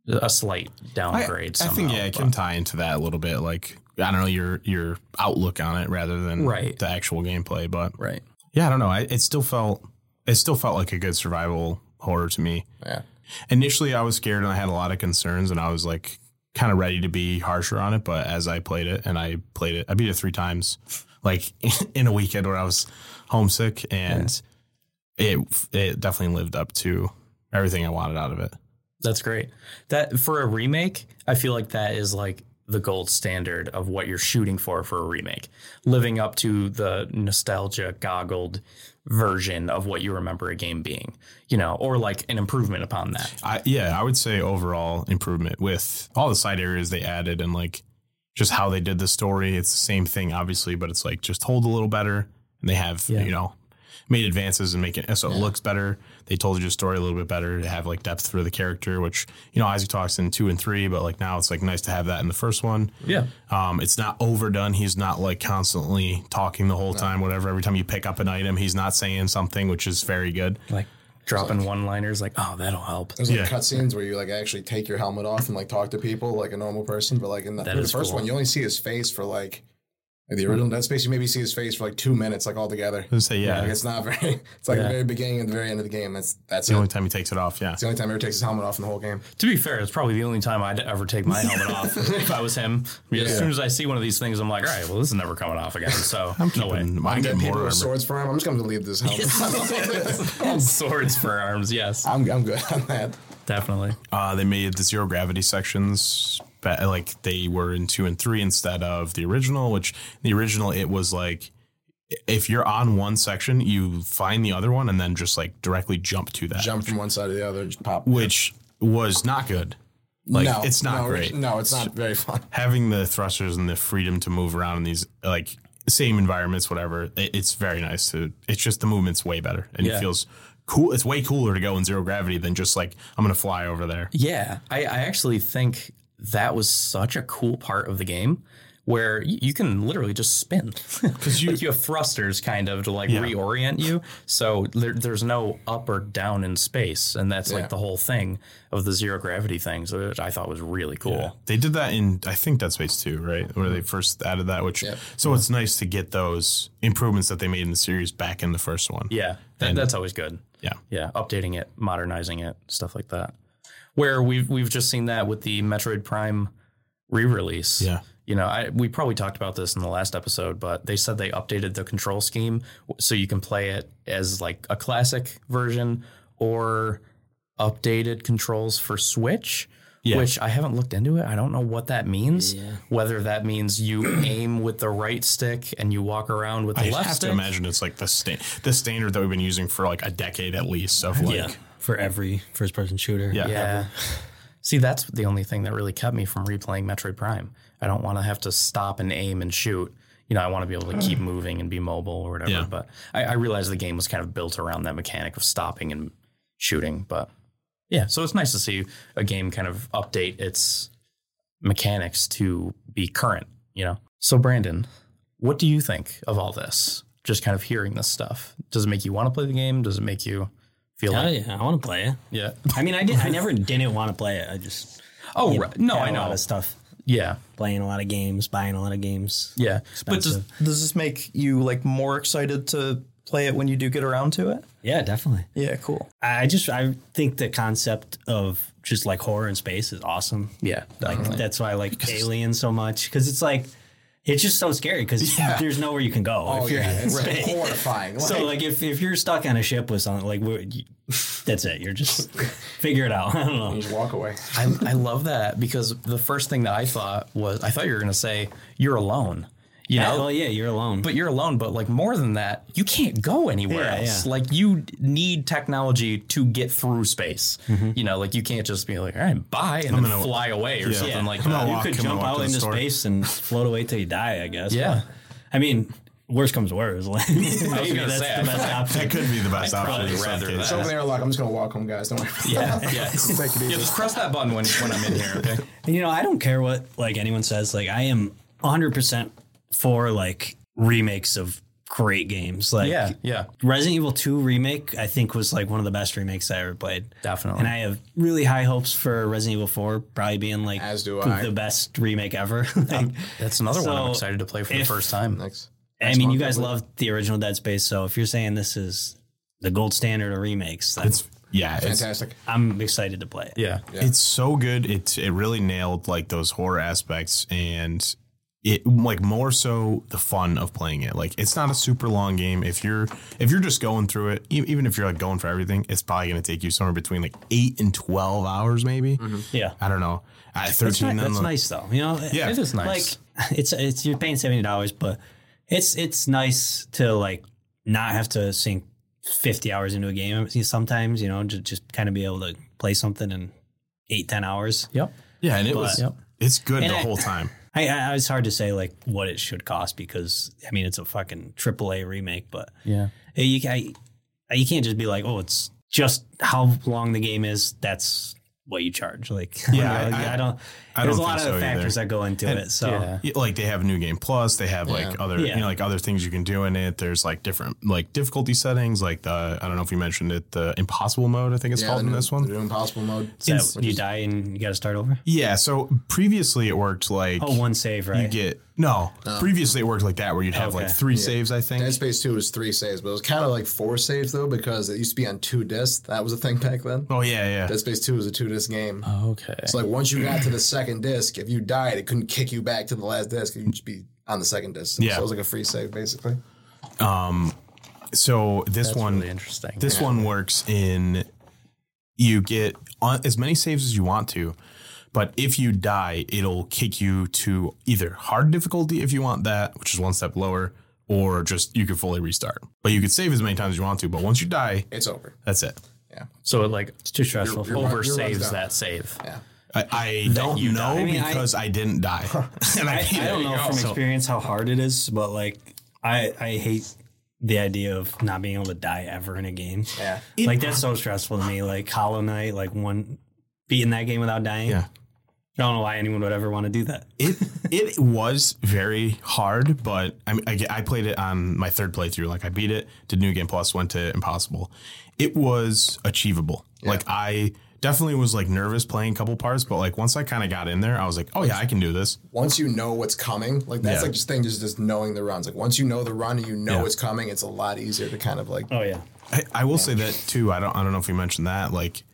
Speaker 4: a slight downgrade.
Speaker 1: I, I
Speaker 4: somehow,
Speaker 1: think yeah, it can
Speaker 4: but-
Speaker 1: tie into that a little bit. Like I don't know your your outlook on it rather than
Speaker 4: Right.
Speaker 1: the actual gameplay, but
Speaker 4: Right.
Speaker 1: yeah, I don't know. I, it still felt it still felt like a good survival horror to me.
Speaker 3: Yeah.
Speaker 1: Initially, I was scared and I had a lot of concerns, and I was like kind of ready to be harsher on it. But as I played it, and I played it, I beat it three times, like in a weekend where I was homesick, and it it definitely lived up to everything I wanted out of it.
Speaker 4: That's great. That for a remake, I feel like that is like the gold standard of what you're shooting for for a remake, living up to the nostalgia goggled version of what you remember a game being, you know, or like an improvement upon that.
Speaker 1: I, yeah, I would say overall improvement with all the side areas they added and like just how they did the story. It's the same thing, obviously, but it's like just told a little better. And they have,
Speaker 4: Yeah.
Speaker 1: you know, made advances and make it so it looks better. They told your story a little bit better to have like depth for the character, which, you know, Isaac talks in two and three, but like now it's like nice to have that in the first one.
Speaker 4: Yeah.
Speaker 1: Um, it's not overdone. He's not like constantly talking the whole time, whatever. Every time you pick up an item, he's not saying something, which is very good.
Speaker 4: Like dropping one liners like, oh, that'll help.
Speaker 3: There's like
Speaker 1: Yeah.
Speaker 3: cutscenes where you like actually take your helmet off and like talk to people like a normal person, but like in the,
Speaker 4: That
Speaker 3: the
Speaker 4: is
Speaker 3: first
Speaker 4: cool.
Speaker 3: one, you only see his face for like in the original Dead Space. You maybe see his face for like two minutes, like all together.
Speaker 1: I would say, yeah,
Speaker 3: Like it's not very. It's like the very beginning and the very end of the game. That's that's
Speaker 1: it's the
Speaker 3: it.
Speaker 1: only time he takes it off. Yeah.
Speaker 3: It's the only time he ever takes his helmet off in the whole game.
Speaker 4: To be fair, it's probably the only time I'd ever take my helmet off if I was him. As soon as I see one of these things, I'm like, all right, well, this is never coming off again. So no way.
Speaker 1: And mine get
Speaker 3: Get
Speaker 1: more
Speaker 3: people with
Speaker 1: armor.
Speaker 3: swords for him. I'm just going to leave this helmet.
Speaker 4: Swords for arms, yes,
Speaker 3: I'm I'm good on that.
Speaker 4: definitely.
Speaker 1: Uh, they made the zero gravity sections ba- like they were in two and three instead of the original, which the original it was like if you're on one section, you find the other one and then just like directly jump to that,
Speaker 3: Jump from one side to the other, just pop.
Speaker 1: which was not good. Like
Speaker 3: no,
Speaker 1: it's not
Speaker 3: no,
Speaker 1: great.
Speaker 3: No, it's not very fun.
Speaker 1: Having the thrusters and the freedom to move around in these like same environments, whatever, it, it's very nice to. It's just the movement's way better and
Speaker 4: Yeah.
Speaker 1: it feels cool. It's way cooler to go in zero gravity than just like I'm gonna fly over there.
Speaker 4: Yeah, I, I actually think that was such a cool part of the game where y- you can literally just spin because you, like you have thrusters kind of to like reorient you. So there, there's no up or down in space, and that's
Speaker 3: Yeah.
Speaker 4: like the whole thing of the zero gravity things, which I thought was really cool.
Speaker 1: They did that in I think Dead Space 2, right? Where they
Speaker 4: Mm-hmm.
Speaker 1: first added that, which so it's nice to get those improvements that they made in the series back in the first one.
Speaker 4: Yeah, that, that's always good.
Speaker 1: Yeah.
Speaker 4: Yeah, updating it, modernizing it, stuff like that. Where we've we've just seen that with the Metroid Prime re-release.
Speaker 1: Yeah.
Speaker 4: You know, I, we probably talked about this in the last episode, but they said they updated the control scheme w- so you can play it as like a classic version or updated controls for Switch,
Speaker 1: Yeah.
Speaker 4: which I haven't looked into it. I don't know what that means. Whether that means you aim with the right stick and you walk around with the
Speaker 1: I
Speaker 4: left
Speaker 1: have
Speaker 4: stick.
Speaker 1: to imagine it's like the sta- the standard that we've been using for like a decade at least of like
Speaker 2: yeah, for every first person shooter.
Speaker 1: Yeah.
Speaker 4: Yeah. See, that's the only thing that really kept me from replaying Metroid Prime. I don't want to have to stop and aim and shoot. You know, I want to be able to keep moving and be mobile or whatever.
Speaker 1: Yeah.
Speaker 4: But I, I realized the game was kind of built around that mechanic of stopping and shooting. But yeah, so it's nice to see a game kind of update its mechanics to be current, you know? So, Brandon, what do you think of all this? Just kind of hearing this stuff. Does it make you want to play the game? Does it make you feel
Speaker 2: Hell
Speaker 4: like,
Speaker 2: yeah, I want to play it.
Speaker 4: yeah?
Speaker 2: I mean, I did. I never didn't want to play it. I just
Speaker 4: Oh,
Speaker 2: you
Speaker 4: right. no,
Speaker 2: had
Speaker 4: I
Speaker 2: a lot
Speaker 4: know.
Speaker 2: of stuff,
Speaker 4: Yeah.
Speaker 2: playing a lot of games, buying a lot of games.
Speaker 4: Yeah.
Speaker 2: Expensive.
Speaker 4: But does, does this make you like more excited to play it when you do get around to it?
Speaker 2: Yeah, definitely.
Speaker 4: Yeah, cool.
Speaker 2: I just I think the concept of just like horror in space is awesome.
Speaker 4: Yeah,
Speaker 2: Like
Speaker 4: definitely.
Speaker 2: that's why I like Alien so much because it's like it's just so scary because there's nowhere you can go.
Speaker 3: Oh
Speaker 2: if you're
Speaker 3: yeah,
Speaker 2: in
Speaker 3: it's
Speaker 2: space.
Speaker 3: horrifying. Like,
Speaker 2: So like if, if you're stuck on a ship with something like where you- that's it. You're just figure it out. I don't know.
Speaker 3: you just walk away.
Speaker 4: I, I love that because the first thing that I thought was I thought you were going to say you're alone. You know,
Speaker 2: Yeah, well, yeah, you're alone.
Speaker 4: but you're alone. But like more than that, you can't go anywhere
Speaker 2: Yeah,
Speaker 4: else.
Speaker 2: yeah.
Speaker 4: Like you need technology to get through space. You know, like you can't just be like, all right, bye, and then
Speaker 1: gonna-
Speaker 4: fly away or
Speaker 1: Yeah.
Speaker 4: something like
Speaker 1: I'm gonna
Speaker 4: that.
Speaker 1: walk,
Speaker 2: you could
Speaker 1: I'm gonna
Speaker 2: jump
Speaker 1: walk to
Speaker 2: out
Speaker 1: the
Speaker 2: into
Speaker 1: store.
Speaker 2: space and float away till you die, I guess.
Speaker 4: Yeah.
Speaker 2: but- I mean, worst comes to worst. Like, maybe
Speaker 4: gonna
Speaker 2: that's
Speaker 4: say, I
Speaker 2: the best
Speaker 1: That
Speaker 2: option.
Speaker 1: could be the best option.
Speaker 4: probably
Speaker 1: in some
Speaker 4: rather
Speaker 1: cases.
Speaker 3: It's open airlock. I'm just gonna walk home, guys. Don't worry.
Speaker 4: Yeah, yeah.
Speaker 3: Take it
Speaker 4: yeah,
Speaker 3: easy.
Speaker 4: just press that button when, when I'm in here, okay?
Speaker 2: And, you know, I don't care what like anyone says. Like, I am 100% for like remakes of great games. Like,
Speaker 4: Yeah, yeah.
Speaker 2: Resident Evil 2 remake, I think, was like one of the best remakes I ever played.
Speaker 4: Definitely.
Speaker 2: And I have really high hopes for Resident Evil 4 probably being like
Speaker 3: As do I.
Speaker 2: the best remake ever. like,
Speaker 4: That's another one I'm
Speaker 2: So,
Speaker 4: excited to play for the
Speaker 2: if-
Speaker 4: first time.
Speaker 3: Next.
Speaker 2: I mean, you
Speaker 3: month, I
Speaker 2: guys
Speaker 3: believe.
Speaker 2: loved the original Dead Space, so if you're saying this is the gold standard of remakes, then
Speaker 1: It's yeah, it's
Speaker 3: Fantastic.
Speaker 2: I'm excited to play it.
Speaker 4: Yeah.
Speaker 1: It's so good. It it really nailed like those horror aspects and it like more so the fun of playing it. Like it's not a super long game. If you're if you're just going through it, e- even if you're like going for everything, it's probably going to take you somewhere between like eight and twelve hours, maybe.
Speaker 3: Mm-hmm.
Speaker 2: Yeah.
Speaker 1: I don't know. At
Speaker 2: That's,
Speaker 1: thirteen,
Speaker 2: ni- that's
Speaker 1: on the-
Speaker 2: nice though. You know,
Speaker 1: Yeah. It is
Speaker 4: nice.
Speaker 2: Like it's it's you're paying seventy dollars, but it's it's nice to like not have to sink fifty hours into a game sometimes, you know, just just kind of be able to play something in eight, ten hours.
Speaker 4: Yep.
Speaker 1: Yeah, and it was
Speaker 4: Yep.
Speaker 1: it's good
Speaker 2: And
Speaker 1: the
Speaker 2: I-
Speaker 1: whole time.
Speaker 2: I, I it's hard to say like what it should cost because I mean it's a fucking AAA remake, but
Speaker 4: Yeah.
Speaker 2: Hey, You, ca- I, you can't just be like, oh, it's just how long the game is. That's what you charge. Like,
Speaker 1: Yeah,
Speaker 2: you know,
Speaker 1: I- I-
Speaker 2: I, don't.
Speaker 1: I
Speaker 2: there's
Speaker 1: don't
Speaker 2: a lot
Speaker 1: think
Speaker 2: of
Speaker 1: so
Speaker 2: factors that go into it. So
Speaker 4: yeah.
Speaker 1: Yeah, like they have new game plus they have like other
Speaker 2: Yeah.
Speaker 1: you know like other things you can do in it there's like different like difficulty settings like the i don't know if you mentioned it the impossible mode i think it's
Speaker 3: Yeah,
Speaker 1: called
Speaker 3: the
Speaker 1: in
Speaker 3: new-
Speaker 1: this one
Speaker 3: the new impossible mode.
Speaker 2: that you die and you got to start over.
Speaker 1: Yeah, so previously it worked like
Speaker 2: Oh, one save,
Speaker 1: you
Speaker 2: right?
Speaker 1: get no. Previously it worked like that where you'd have like
Speaker 2: Okay.
Speaker 1: three saves, I think.
Speaker 3: Dead Space Two was three saves, but it was kind of like four saves though because it used to be on two discs. That was a thing back then.
Speaker 1: oh yeah, yeah.
Speaker 3: Dead Space Two was a two disc game.
Speaker 4: Okay.
Speaker 3: It's like once you got to the second disc, if you died, it couldn't kick you back to the last disc. You'd just be on the second disc.
Speaker 1: Yeah.
Speaker 3: So it was like a free save basically.
Speaker 1: So this one,
Speaker 4: Really interesting.
Speaker 1: this one works in you get on, as many saves as you want to, but if you die, it'll kick you to either hard difficulty if you want that, which is one step lower, or just you could fully restart. But you could save as many times as you want to. But once you die,
Speaker 3: It's over.
Speaker 1: that's it.
Speaker 4: so it like
Speaker 2: It's too stressful.
Speaker 3: You're- you're-
Speaker 4: over
Speaker 3: runs
Speaker 4: saves
Speaker 3: down.
Speaker 4: that save.
Speaker 3: Yeah.
Speaker 1: I, I don't know
Speaker 2: mean, I-
Speaker 1: because I, didn't die. and
Speaker 2: I, I don't know from
Speaker 1: So-
Speaker 2: experience how hard it is, but like, I I hate the idea of not being able to die ever in a game.
Speaker 3: Yeah.
Speaker 2: like that's so stressful to me. Like Hollow Knight, like one beating that game without dying.
Speaker 1: Yeah.
Speaker 2: I don't know why anyone would ever want to do that.
Speaker 1: It it was very hard, but I mean, I, I played it on my third playthrough. Like I beat it, did New Game Plus, went to Impossible. It was achievable. Like I definitely was like nervous playing a couple parts, but like once I kind of got in there, I was like, oh yeah, I can do this.
Speaker 3: Once you know what's coming, like that's
Speaker 1: Yeah.
Speaker 3: like just thing, just just knowing the runs. Like once you know the run and you know it's coming, it's a lot easier to kind of like
Speaker 2: Oh yeah.
Speaker 1: I, I will say that too. I don't I don't know if you mentioned that. Like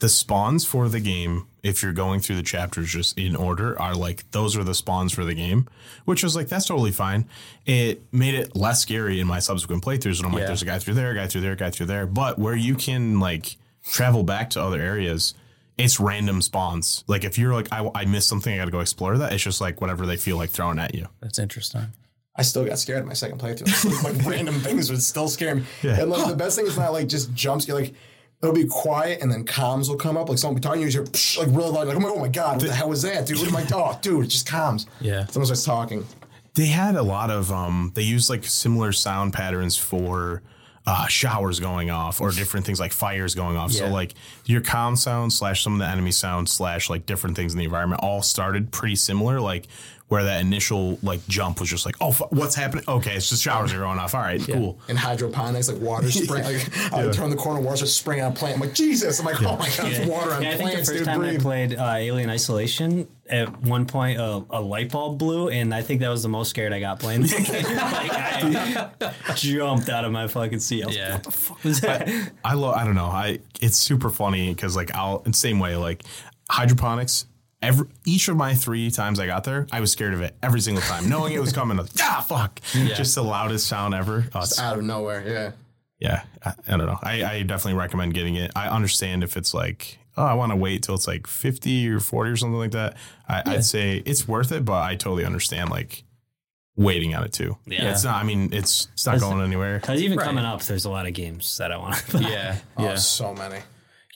Speaker 1: the spawns for the game, if you're going through the chapters just in order, are like those are the spawns for the game, which was like that's totally fine. It made it less scary in my subsequent playthroughs, and I'm like, there's a guy through there, a guy through there, a guy through there. But where you can like travel back to other areas. It's random spawns. Like if you're like, I, I missed something, I got to go explore that. It's just like whatever they feel like throwing at you.
Speaker 4: That's interesting.
Speaker 3: I still got scared in my second playthrough. like random things would still scare me. And like the best thing is not like just jumps. You're like it'll be quiet and then comms will come up. Like someone will be talking to you, you're psh, like real loud. Like oh my, oh my god, what the hell was that, dude? I'm like oh dude, it's just comms.
Speaker 4: Yeah.
Speaker 3: Someone starts talking.
Speaker 1: They had a lot of um they used like similar sound patterns for uh showers going off or different things like fires going off. So
Speaker 4: Yeah.
Speaker 1: like your comm sound slash some of the enemy sound slash like different things in the environment all started pretty similar, like where that initial like jump was just like, oh, fu- what's happening? Okay, it's just showers are going off. All right, cool.
Speaker 3: In hydroponics, like water spring. Like I would turn the corner, water just spraying on a plant. I'm like Jesus. I'm like oh my god, it's water on
Speaker 2: Yeah, I think the
Speaker 3: plants,
Speaker 2: first
Speaker 3: dude.
Speaker 2: time I
Speaker 3: Breathe.
Speaker 2: played uh, Alien Isolation, at one point a, a light bulb blew, and I think that was the most scared I got playing. that game. like, I jumped out of my fucking seat. I was
Speaker 4: Yeah.
Speaker 2: Like, what the fuck was that?
Speaker 1: I love. I don't know. I it's super funny because like I'll in same way like hydroponics. Every each of my three times I got there, I was scared of it every single time, knowing it was coming. I was, ah, fuck! Just the loudest sound ever. Uh, it's-
Speaker 3: out of nowhere. Yeah.
Speaker 1: yeah, I, I don't know. I, I definitely recommend getting it. I understand if it's like. Oh, I want to wait till it's like fifty or forty or something like that. I, I'd say it's worth it, but I totally understand like waiting on it too.
Speaker 2: Yeah.
Speaker 1: it's not. I mean, it's it's not
Speaker 2: That's-
Speaker 1: going anywhere.
Speaker 2: Because even
Speaker 4: Right.
Speaker 2: coming up, there's a lot of games that I want to play.
Speaker 4: Yeah,
Speaker 3: Oh,
Speaker 4: yeah.
Speaker 3: so many.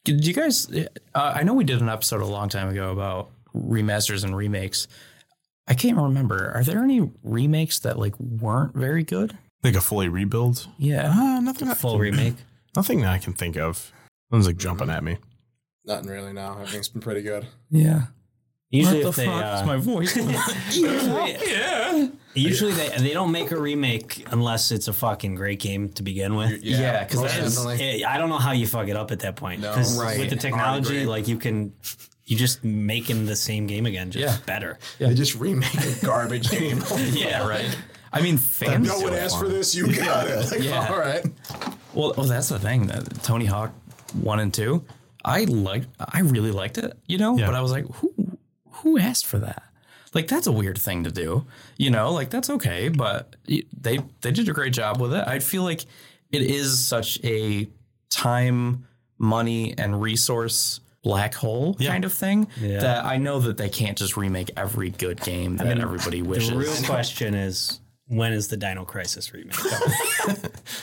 Speaker 4: Did you guys? Uh, I know we did an episode a long time ago about remasters and remakes. I can't remember. Are there any remakes that like weren't very good?
Speaker 1: Like a fully rebuild.
Speaker 4: Yeah.
Speaker 1: Uh, nothing. I-
Speaker 2: Full remake.
Speaker 1: Nothing that I can think of. Someone's like jumping at me.
Speaker 3: Nothing really now. Everything's been pretty good.
Speaker 4: Yeah.
Speaker 2: Usually, if they, uh,
Speaker 4: my voice? yeah.
Speaker 2: usually they they don't make a remake unless it's a fucking great game to begin with.
Speaker 4: Yeah, 'cause
Speaker 3: most
Speaker 4: that is-
Speaker 3: definitely.
Speaker 2: Eh, I don't know how you fuck it up at that point.
Speaker 3: No.
Speaker 2: 'Cause
Speaker 4: Right.
Speaker 2: With the technology,
Speaker 3: Already great.
Speaker 2: like you can, you just make him the same game again, just
Speaker 4: Yeah.
Speaker 2: better.
Speaker 3: They just remake a garbage game.
Speaker 2: Yeah, right.
Speaker 4: I mean, fans.
Speaker 3: no
Speaker 4: do
Speaker 3: one
Speaker 4: it
Speaker 3: asked
Speaker 4: for
Speaker 3: for this. You got it. Like,
Speaker 4: Yeah.
Speaker 3: All right.
Speaker 4: Well, well, that's the thing that Tony Hawk one and two, I liked. I really liked it, you know.
Speaker 1: Yeah.
Speaker 4: But I was like, who who asked for that? Like that's a weird thing to do, you know. Like that's okay, but y- they they did a great job with it. I feel like it is such a time, money, and resource black hole kind of thing
Speaker 2: Yeah.
Speaker 4: that I know that they can't just remake every good game that everybody wishes.
Speaker 2: The real question is, when is the Dino Crisis remake? coming?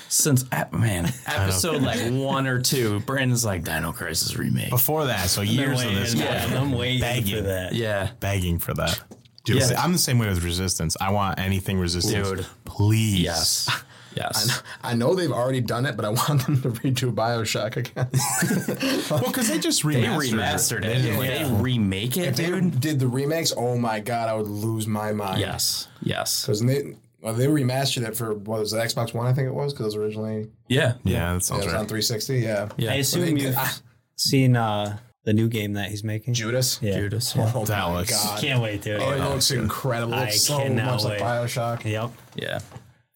Speaker 4: Since ep- man, episode like one or two, Brandon's like Dino Crisis remake.
Speaker 1: Before that, so years of this.
Speaker 2: yeah,
Speaker 1: guy
Speaker 2: I'm waiting for
Speaker 1: Begging.
Speaker 2: that.
Speaker 4: Yeah.
Speaker 1: begging for that. Dude, I'm the same way with resistance. I want anything resistance.
Speaker 4: Dude.
Speaker 1: Please.
Speaker 4: Yes. Yes.
Speaker 3: I know they've already done it, but I want them to redo Bioshock again.
Speaker 1: Well, because they just
Speaker 4: They
Speaker 1: remastered,
Speaker 4: remastered
Speaker 1: They
Speaker 4: it.
Speaker 1: didn't, like,
Speaker 4: They remake it,
Speaker 3: if they
Speaker 4: dude.
Speaker 3: did the remakes, oh my god, I would lose my mind.
Speaker 4: Yes. Yes.
Speaker 3: because they well, they remastered it for what was it, Xbox One? I think it was because it was originally
Speaker 4: Yeah.
Speaker 1: yeah, that
Speaker 3: yeah, it
Speaker 1: sounds
Speaker 3: was on
Speaker 1: right.
Speaker 3: 360. Yeah,
Speaker 2: I
Speaker 4: Yeah.
Speaker 2: assume
Speaker 3: They-
Speaker 2: you've
Speaker 3: ah.
Speaker 2: seen uh, the new game that he's making.
Speaker 3: Judas.
Speaker 2: Yeah.
Speaker 4: Judas. Yeah.
Speaker 3: Oh
Speaker 1: That
Speaker 3: my
Speaker 1: looks-
Speaker 3: god.
Speaker 2: Can't wait, dude.
Speaker 3: Oh, it looks incredible. It
Speaker 2: I
Speaker 3: looks so
Speaker 2: cannot
Speaker 3: much
Speaker 2: wait.
Speaker 3: like Bioshock.
Speaker 2: Yep.
Speaker 4: Yeah.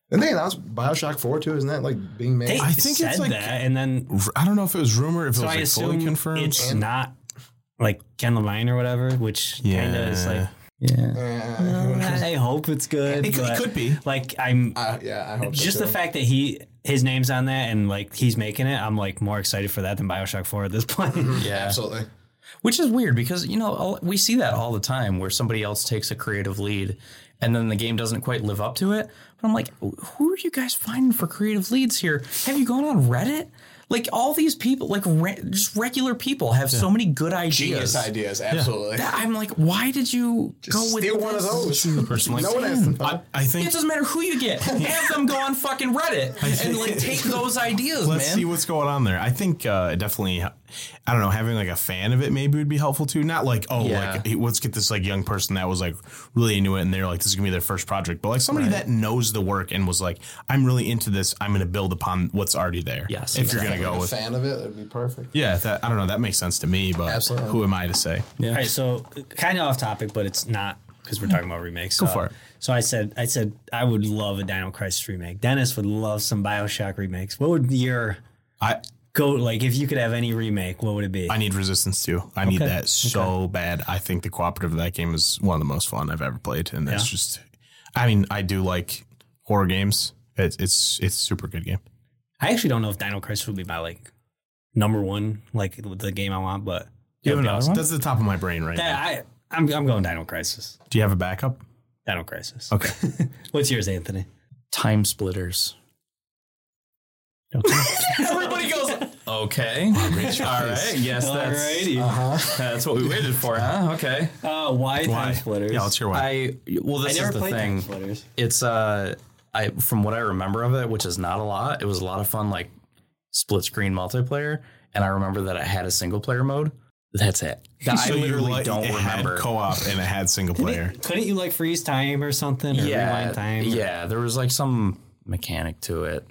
Speaker 3: Didn't they announce Bioshock 4 too? Isn't that like being made?
Speaker 2: They
Speaker 1: I think it's
Speaker 2: said
Speaker 1: like-
Speaker 2: that, and then
Speaker 1: R- I don't know if it was rumor, if
Speaker 2: so
Speaker 1: it
Speaker 2: I
Speaker 1: was like
Speaker 2: assume
Speaker 1: fully confirmed.
Speaker 2: it's not like Ken Levine or whatever, which kind of is like.
Speaker 1: Yeah.
Speaker 4: Yeah.
Speaker 3: yeah,
Speaker 2: I hope it's good.
Speaker 1: It could- it
Speaker 2: but,
Speaker 1: could be.
Speaker 2: Like I'm
Speaker 3: I, yeah, I hope so,
Speaker 2: just the
Speaker 3: too.
Speaker 2: fact that he his name's on that and like he's making it. I'm like more excited for that than Bioshock Four at this point.
Speaker 1: Mm-hmm.
Speaker 4: Yeah.
Speaker 3: Absolutely.
Speaker 4: Which is weird because, you know, all- we see that all the time where somebody else takes a creative lead and then the game doesn't quite live up to it. But I'm like, who are you guys finding for creative leads here? Have you gone on Reddit? Like all these people, like re- just regular people have so many good ideas.
Speaker 3: Genius ideas. Absolutely.
Speaker 4: That I'm like, why did you go with
Speaker 3: Steal one of
Speaker 4: this?
Speaker 3: those.
Speaker 1: personally. Hmm.
Speaker 3: no one asked them.
Speaker 1: I, I think
Speaker 4: It doesn't matter who you get. Have them go on fucking Reddit and like take those ideas,
Speaker 1: let's
Speaker 4: man.
Speaker 1: see what's going on there. I think uh, it definitely, I don't know, having like a fan of it maybe would be helpful too. Not like oh,
Speaker 4: Yeah.
Speaker 1: like hey, let's get this like young person that was like really into it and they're like this is gonna be their first project, but like somebody that knows the work and was like I'm really into this. I'm gonna build upon what's already there.
Speaker 4: Yes,
Speaker 1: if you're
Speaker 3: If
Speaker 1: gonna
Speaker 3: I'm
Speaker 1: go
Speaker 3: a
Speaker 1: with
Speaker 3: fan of it, that'd be perfect.
Speaker 1: yeah, that, I don't know, that makes sense to me, but
Speaker 3: Absolutely.
Speaker 1: who am I to say?
Speaker 2: All right, so kind of off topic, but it's not because we're talking about remakes.
Speaker 1: Go
Speaker 2: so,
Speaker 1: for it.
Speaker 2: So I said, I said I would love a Dino Crisis remake. Dennis would love some Bioshock remakes. What would your
Speaker 1: I
Speaker 2: go like if you could have any remake? What would it be?
Speaker 1: I need resistance too. I need that so bad. I think the cooperative of that game is one of the most fun I've ever played, and that's
Speaker 2: Yeah.
Speaker 1: just. I mean, I do like horror games. It's it's it's a super good game.
Speaker 2: I actually don't know if Dino Crisis would be my like number one, like the game I want, but
Speaker 1: You have another one? That's the top of my brain right
Speaker 2: Yeah,
Speaker 1: now.
Speaker 2: I I'm I'm going Dino Crisis.
Speaker 1: Do you have a backup?
Speaker 2: Dino Crisis.
Speaker 1: Okay.
Speaker 2: What's yours, Anthony?
Speaker 4: Time splitters. Everybody goes, okay. All right. Yes, that's,
Speaker 2: Alrighty.
Speaker 4: that's what we waited for, huh? Okay.
Speaker 2: Uh, why, time splitters?
Speaker 1: Yeah, let's hear why.
Speaker 4: I, well,
Speaker 2: I
Speaker 4: this
Speaker 2: never
Speaker 4: is the
Speaker 2: played time
Speaker 4: thing.
Speaker 2: splitters.
Speaker 4: It's, uh, I, from what I remember of it, which is not a lot, it was a lot of fun, like split screen multiplayer. And I remember that it had a single player mode. That's it. I
Speaker 1: So you're
Speaker 4: literally
Speaker 1: like-
Speaker 4: don't
Speaker 1: it had
Speaker 4: remember.
Speaker 1: co-op and it had single player.
Speaker 2: Couldn't you like freeze time or something? Or rewind time?
Speaker 4: Yeah, there was like some mechanic to it.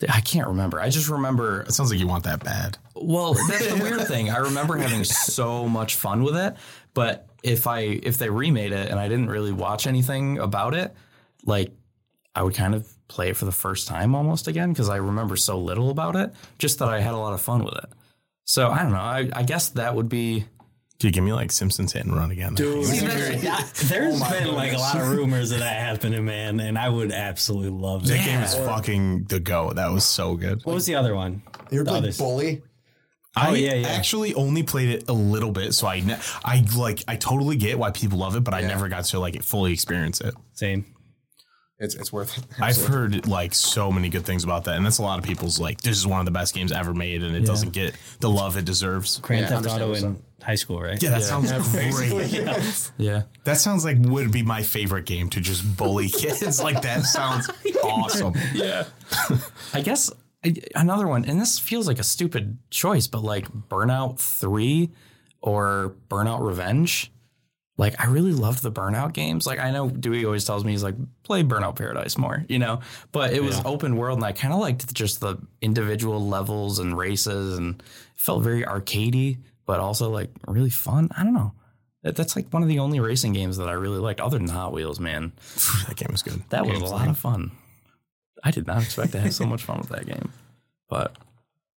Speaker 4: Th- I can't remember. I just remember.
Speaker 1: It sounds like you want that bad.
Speaker 4: Well, that's the weird thing. I remember having so much fun with it, but if I if they remade it and I didn't really watch anything about it, like I would kind of play it for the first time almost again because I remember so little about it. Just that I had a lot of fun with it. So I don't know. I, I guess that would be
Speaker 1: Dude, give me like Simpsons Hit and Run again.
Speaker 2: See, that's- that- There's
Speaker 3: my
Speaker 2: been like a lot of rumors of that happening, man, and I would absolutely love
Speaker 1: That
Speaker 2: that.
Speaker 1: game is fucking the go. That was so good.
Speaker 2: What was the other one?
Speaker 3: You ever
Speaker 2: The
Speaker 3: played
Speaker 2: others.
Speaker 3: Bully?
Speaker 1: I
Speaker 2: yeah, yeah.
Speaker 1: actually only played it a little bit, so I ne- I like I totally get why people love it, but I never got to like fully experience it.
Speaker 2: Same.
Speaker 3: It's it's worth it.
Speaker 1: I've heard like so many good things about that, and that's a lot of people's like this is one of the best games ever made, and it doesn't get the love it deserves.
Speaker 2: Grand
Speaker 3: Yeah,
Speaker 2: Theft Auto in high school, right?
Speaker 1: Yeah, that sounds great.
Speaker 4: Yeah.
Speaker 1: That sounds like would be my favorite game to just bully kids. like that sounds awesome.
Speaker 4: Yeah. I guess I- another one, and this feels like a stupid choice, but like Burnout 3 or Burnout Revenge. Like, I really loved the Burnout games. Like, I know Dewey always tells me he's like, play Burnout Paradise more, you know? But it was open world, and I kind of liked just the individual levels and races, and it felt very arcadey, but also like really fun. I don't know. That- That's like one of the only racing games that I really liked, other than Hot Wheels, man.
Speaker 1: That game was good.
Speaker 4: That was a
Speaker 1: Game's
Speaker 4: lot of fun. I did not expect to have so much fun with that game. But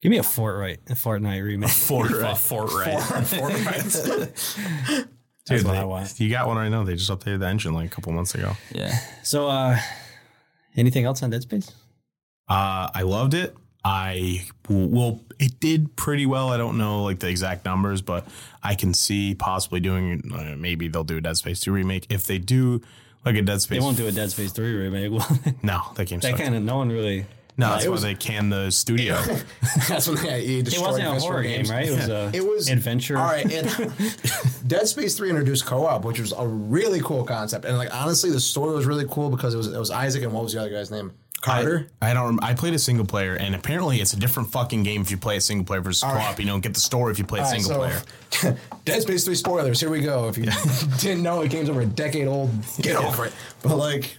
Speaker 2: Give me a Fortnite, a Fortnite remake.
Speaker 1: Fort
Speaker 4: Fuck, Fortnite.
Speaker 1: Dude,
Speaker 2: what
Speaker 1: they-
Speaker 2: I want.
Speaker 1: you got one right now. They just updated the engine like a couple months ago.
Speaker 4: Yeah.
Speaker 2: So, uh, anything else on Dead Space?
Speaker 1: Uh, I loved it. I well, it did pretty well. I don't know like the exact numbers, but I can see possibly doing. Uh, maybe they'll do a Dead Space two remake. If they do like a Dead Space,
Speaker 2: They won't do a Dead Space three remake. Well,
Speaker 1: No, that game
Speaker 2: that
Speaker 1: sucked.
Speaker 2: kind of no one really.
Speaker 1: no, that's
Speaker 3: it
Speaker 1: why
Speaker 3: was-
Speaker 1: they canned the studio.
Speaker 3: That's when yeah, he
Speaker 2: It
Speaker 3: destroyed
Speaker 2: wasn't a
Speaker 3: Visceral
Speaker 2: horror
Speaker 3: Games.
Speaker 2: game, right? It was a
Speaker 3: It was
Speaker 2: adventure.
Speaker 3: All right, it, Dead Space Three introduced co-op, which was a really cool concept, and like honestly, the story was really cool because it was it was Isaac and what was the other guy's name? Carter.
Speaker 1: I, I don't. I played a single player, and apparently it's a different fucking game if you play a single player versus co-op. You don't get the story if you play a single player.
Speaker 3: player. Dead Space Three spoilers. Here we go. If you didn't know, it game's over a decade old. Get over it. But like,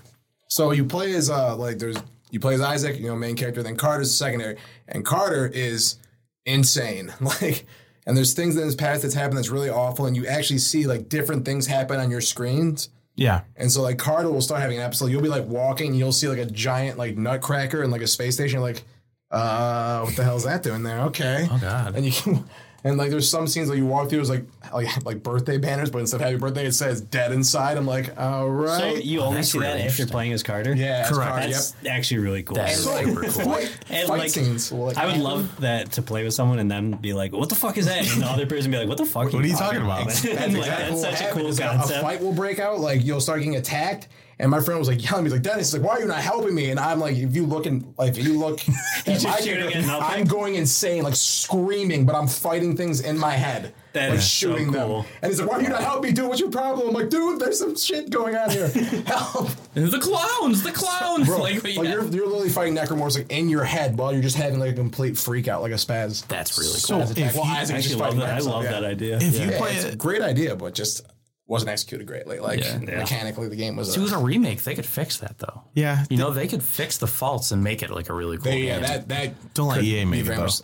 Speaker 3: so you play as uh like there's you play as Isaac, you know, main character. Then Carter's the secondary, and Carter is insane. Like, and there's things in his past that's happened that's really awful, and you actually see like different things happen on your screens.
Speaker 1: Yeah,
Speaker 3: And so like Carter will start having an episode. You'll be like walking, and you'll see like a giant like nutcracker and like a space station. You're like, uh, what the hell is that doing there? Okay. Oh
Speaker 4: God.
Speaker 3: And you can, and like there's some scenes like you walk through is like like like birthday banners, but instead of happy birthday, it says dead inside. I'm like, all right.
Speaker 2: So you only
Speaker 4: that's
Speaker 2: see
Speaker 4: really
Speaker 2: that if you're playing as Carter.
Speaker 3: yeah, it's
Speaker 1: Correct.
Speaker 3: Carter,
Speaker 2: that's actually really cool.
Speaker 4: That is-
Speaker 3: yep.
Speaker 4: super cool.
Speaker 3: Fight,
Speaker 2: And,
Speaker 3: fight
Speaker 2: like,
Speaker 3: scenes. will, like,
Speaker 2: I would
Speaker 3: happen.
Speaker 2: love that to play with someone and then be like, "What the fuck is that?" And the other person be like, "What the fuck?
Speaker 1: What are you talking about?
Speaker 2: That's,
Speaker 3: That's
Speaker 2: like,
Speaker 3: exactly
Speaker 2: that's
Speaker 3: what
Speaker 2: such a
Speaker 3: happened.
Speaker 2: cool
Speaker 3: It's like
Speaker 2: concept."
Speaker 3: A fight will break out, like you'll start getting attacked. And my friend was like yelling, he's like, Dennis, like, why are you not helping me? And I'm like, if you look and like if you look at
Speaker 2: just
Speaker 3: my
Speaker 2: shooting
Speaker 3: character,
Speaker 2: at nothing?
Speaker 3: I'm going insane, like screaming, but I'm fighting things in my head.
Speaker 2: That
Speaker 3: like
Speaker 2: is so cool.
Speaker 3: And he's like, Why are you not helping me, dude? What's your problem? I'm like, dude, there's some shit going on here. Help.
Speaker 4: The clowns, the clowns.
Speaker 3: Bro,
Speaker 4: like,
Speaker 3: like,
Speaker 4: yeah.
Speaker 3: you're you're literally fighting necromorphs like in your head while you're just having like a complete freak out, like a spaz.
Speaker 4: That's really cool.
Speaker 1: So if you,
Speaker 3: Well,
Speaker 2: I
Speaker 3: Isaac just
Speaker 2: actually love
Speaker 3: fighting by
Speaker 2: that. I
Speaker 3: himself,
Speaker 2: love
Speaker 3: yeah.
Speaker 2: that idea.
Speaker 1: if you
Speaker 3: Yeah,
Speaker 1: play
Speaker 3: it's a
Speaker 1: it,
Speaker 3: great idea, but just wasn't executed greatly. Like mechanically, the game was.
Speaker 4: Do
Speaker 3: A,
Speaker 4: the remake. They could fix that though.
Speaker 1: Yeah.
Speaker 4: You know, they could fix the faults and make it like a really cool
Speaker 3: they, yeah,
Speaker 4: game.
Speaker 3: that that
Speaker 1: don't let
Speaker 3: could
Speaker 1: EA
Speaker 3: be
Speaker 1: make it
Speaker 3: very
Speaker 1: though.
Speaker 3: much-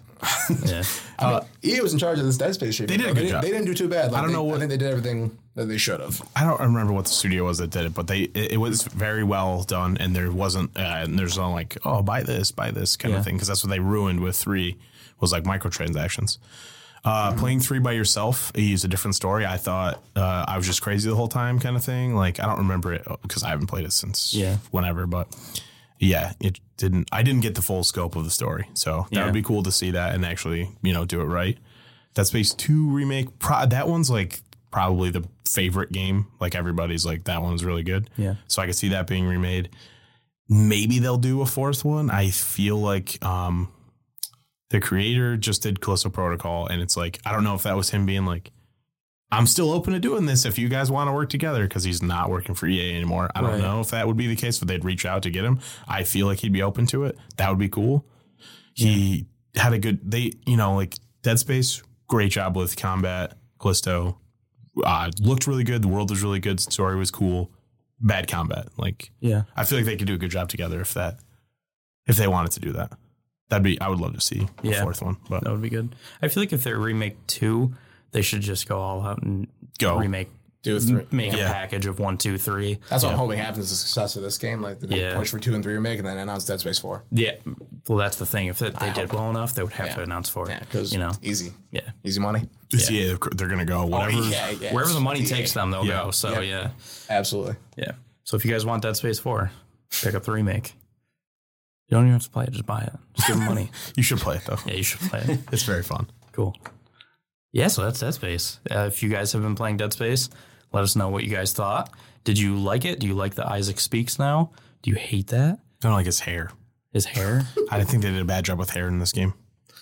Speaker 4: yeah.
Speaker 3: EA was in charge of this Dead Space. They
Speaker 1: did a good
Speaker 3: they,
Speaker 1: job.
Speaker 3: They didn't do too bad. Like,
Speaker 1: don't
Speaker 3: they-
Speaker 1: know what-
Speaker 3: I think they did everything that they should have.
Speaker 1: I don't remember what the studio was that did it, but they it, it was very well done, and there wasn't uh, and there's no like oh buy this buy this kind
Speaker 4: Yeah.
Speaker 1: of thing because that's what they ruined with three was like microtransactions. Uh,
Speaker 4: Mm-hmm.
Speaker 1: Playing three by yourself is a different story. I thought uh, I was just crazy the whole time, kind of thing. Like I don't remember it because I haven't played it since
Speaker 4: Yeah.
Speaker 1: whenever, but yeah, it didn't. I didn't get the full scope of the story, so that
Speaker 4: Yeah.
Speaker 1: would be cool to see that and actually you know do it right. Dead Space 2 remake. Pro- that one's like probably the favorite game. Like everybody's like that one's really good.
Speaker 4: Yeah.
Speaker 1: So I could see that being remade. Maybe they'll do a fourth one. I feel like um the creator just did Callisto Protocol and it's like I don't know if that was him being like I'm still open to doing this if you guys want to work together because he's not working for EA anymore. I don't
Speaker 4: Right.
Speaker 1: know if that would be the case, but they'd reach out to get him. I feel like he'd be open to it. That would be cool he had a good they you know like dead space great job with combat callisto uh, looked really good the world was really good story was cool bad combat like
Speaker 4: Yeah.
Speaker 1: i feel like they could do a good job together if that if they wanted to do that that'd be i would love to see a
Speaker 4: Yeah.
Speaker 1: fourth one but
Speaker 4: That would be good. I feel like if they remake two, they should just go all out and
Speaker 1: Go.
Speaker 4: remake
Speaker 3: Do three.
Speaker 4: make a
Speaker 1: Yeah.
Speaker 4: package of one, two, three.
Speaker 3: That's what I'm hoping happens is the success of this game. Like they
Speaker 4: Yeah.
Speaker 3: push for two and three remake, and then announce Dead Space four.
Speaker 4: Yeah. Well, that's the thing. If they, they did well enough, they would have to announce for it.
Speaker 3: because
Speaker 4: you know.
Speaker 3: easy,
Speaker 4: Yeah.
Speaker 3: easy money.
Speaker 1: this yeah. they're gonna go whatever
Speaker 3: yeah.
Speaker 4: Wherever the money
Speaker 3: Yeah,
Speaker 4: takes them, they'll
Speaker 1: Yeah.
Speaker 4: go.
Speaker 3: Yeah.
Speaker 4: So yeah.
Speaker 3: absolutely.
Speaker 4: Yeah. So if you guys want Dead Space 4, pick up the remake. You don't even have to play it. Just buy it. Just give them money.
Speaker 1: you should play it though
Speaker 4: Yeah, you should play it.
Speaker 1: it's very fun
Speaker 4: Cool. Yeah, so that's Dead Space. Uh, if you guys have been playing Dead Space, let us know what you guys thought. Did you like it? Do you like the Isaac Speaks now? Do you hate that?
Speaker 1: I don't like his hair.
Speaker 4: His hair?
Speaker 1: I think they did a bad job with hair in this game.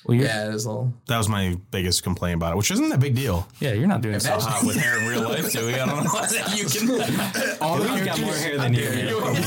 Speaker 4: Well, you're,
Speaker 3: Yeah, it is a little.
Speaker 1: That was my biggest complaint about it, which isn't a big deal.
Speaker 4: yeah, you're not doing so hot Uh, with hair.
Speaker 1: in real life, do we? I don't know.
Speaker 4: you can.
Speaker 1: All the,
Speaker 2: I've got more
Speaker 1: characters,
Speaker 2: hair than you. man.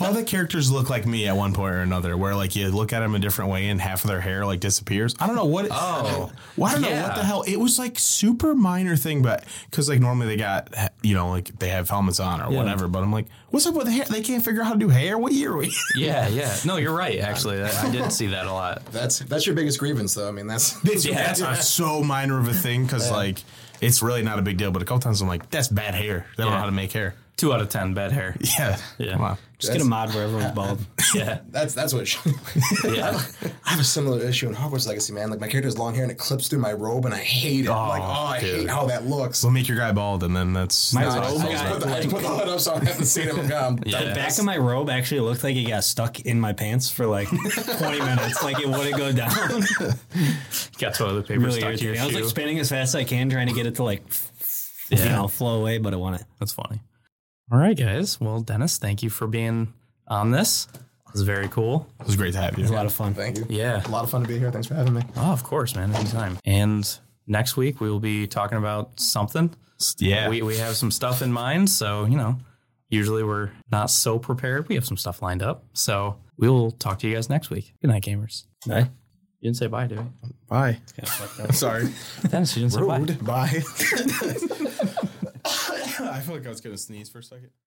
Speaker 1: all the characters look like me at one point or another, where like you look at them a different way and half of their hair like disappears. I don't know what. It, oh, well, I don't know what
Speaker 4: Yeah.
Speaker 1: the hell. It was like super minor thing, but because like normally they got you know like they have helmets on or whatever. But I'm like, what's up with the hair? They can't figure out how to do hair. What year are we?
Speaker 4: yeah, yeah. No, you're right. Actually, That- I did see that a lot.
Speaker 3: That's that's your biggest grievance, though. I mean, that's
Speaker 1: It's, That's not so minor of a thing because like it's really not a big deal. But a couple times I'm like, that's bad hair. They don't know
Speaker 4: Yeah.
Speaker 1: how to make hair.
Speaker 4: Two out of ten, bad hair.
Speaker 1: Yeah,
Speaker 4: Yeah.
Speaker 1: Come on.
Speaker 2: Just get a mod where everyone's bald.
Speaker 4: Yeah,
Speaker 3: that's that's what. It should,
Speaker 4: yeah.
Speaker 3: I have a similar issue in Hogwarts Legacy, man. Like my character has long hair and it clips through my robe, and I hate it. I'm like,
Speaker 1: Oh,
Speaker 3: oh, I
Speaker 1: dude.
Speaker 3: hate how that looks.
Speaker 1: So make your guy bald, and then that's
Speaker 2: Oh My
Speaker 3: No, I
Speaker 2: robe
Speaker 3: just- I just
Speaker 2: got
Speaker 3: put the- I just put the hood up so I haven't seen him. Um,
Speaker 4: Yeah.
Speaker 2: The
Speaker 3: done
Speaker 2: back
Speaker 3: this.
Speaker 2: of my robe actually looked like it got stuck in my pants for like 20 minutes. Like it wouldn't go down.
Speaker 4: Got toilet paper
Speaker 2: really
Speaker 4: stuck to your
Speaker 2: irritating. I was like
Speaker 4: shoe.
Speaker 2: spinning as fast as I can, trying to get it to like, f- you
Speaker 4: Yeah.
Speaker 2: know, flow away, but I want it.
Speaker 4: That's funny. All right, guys. Well, Dennis, thank you for being on this. It was very cool.
Speaker 1: It was great to have you.
Speaker 2: It's a lot of fun.
Speaker 3: Thank you.
Speaker 4: Yeah.
Speaker 3: A lot of fun to be here. Thanks for having me.
Speaker 4: Oh, of course, man. Anytime. And next week we will be talking about something.
Speaker 1: Yeah.
Speaker 4: We, we have some stuff in mind. So, you know, usually we're not so prepared. We have some stuff lined up. So we will talk to you guys next week. Good night, gamers.
Speaker 2: Bye.
Speaker 4: You didn't say bye, did you?
Speaker 1: Bye. Sorry.
Speaker 4: Dennis, you didn't say bye.
Speaker 1: Bye. I feel like I was going to sneeze for a second.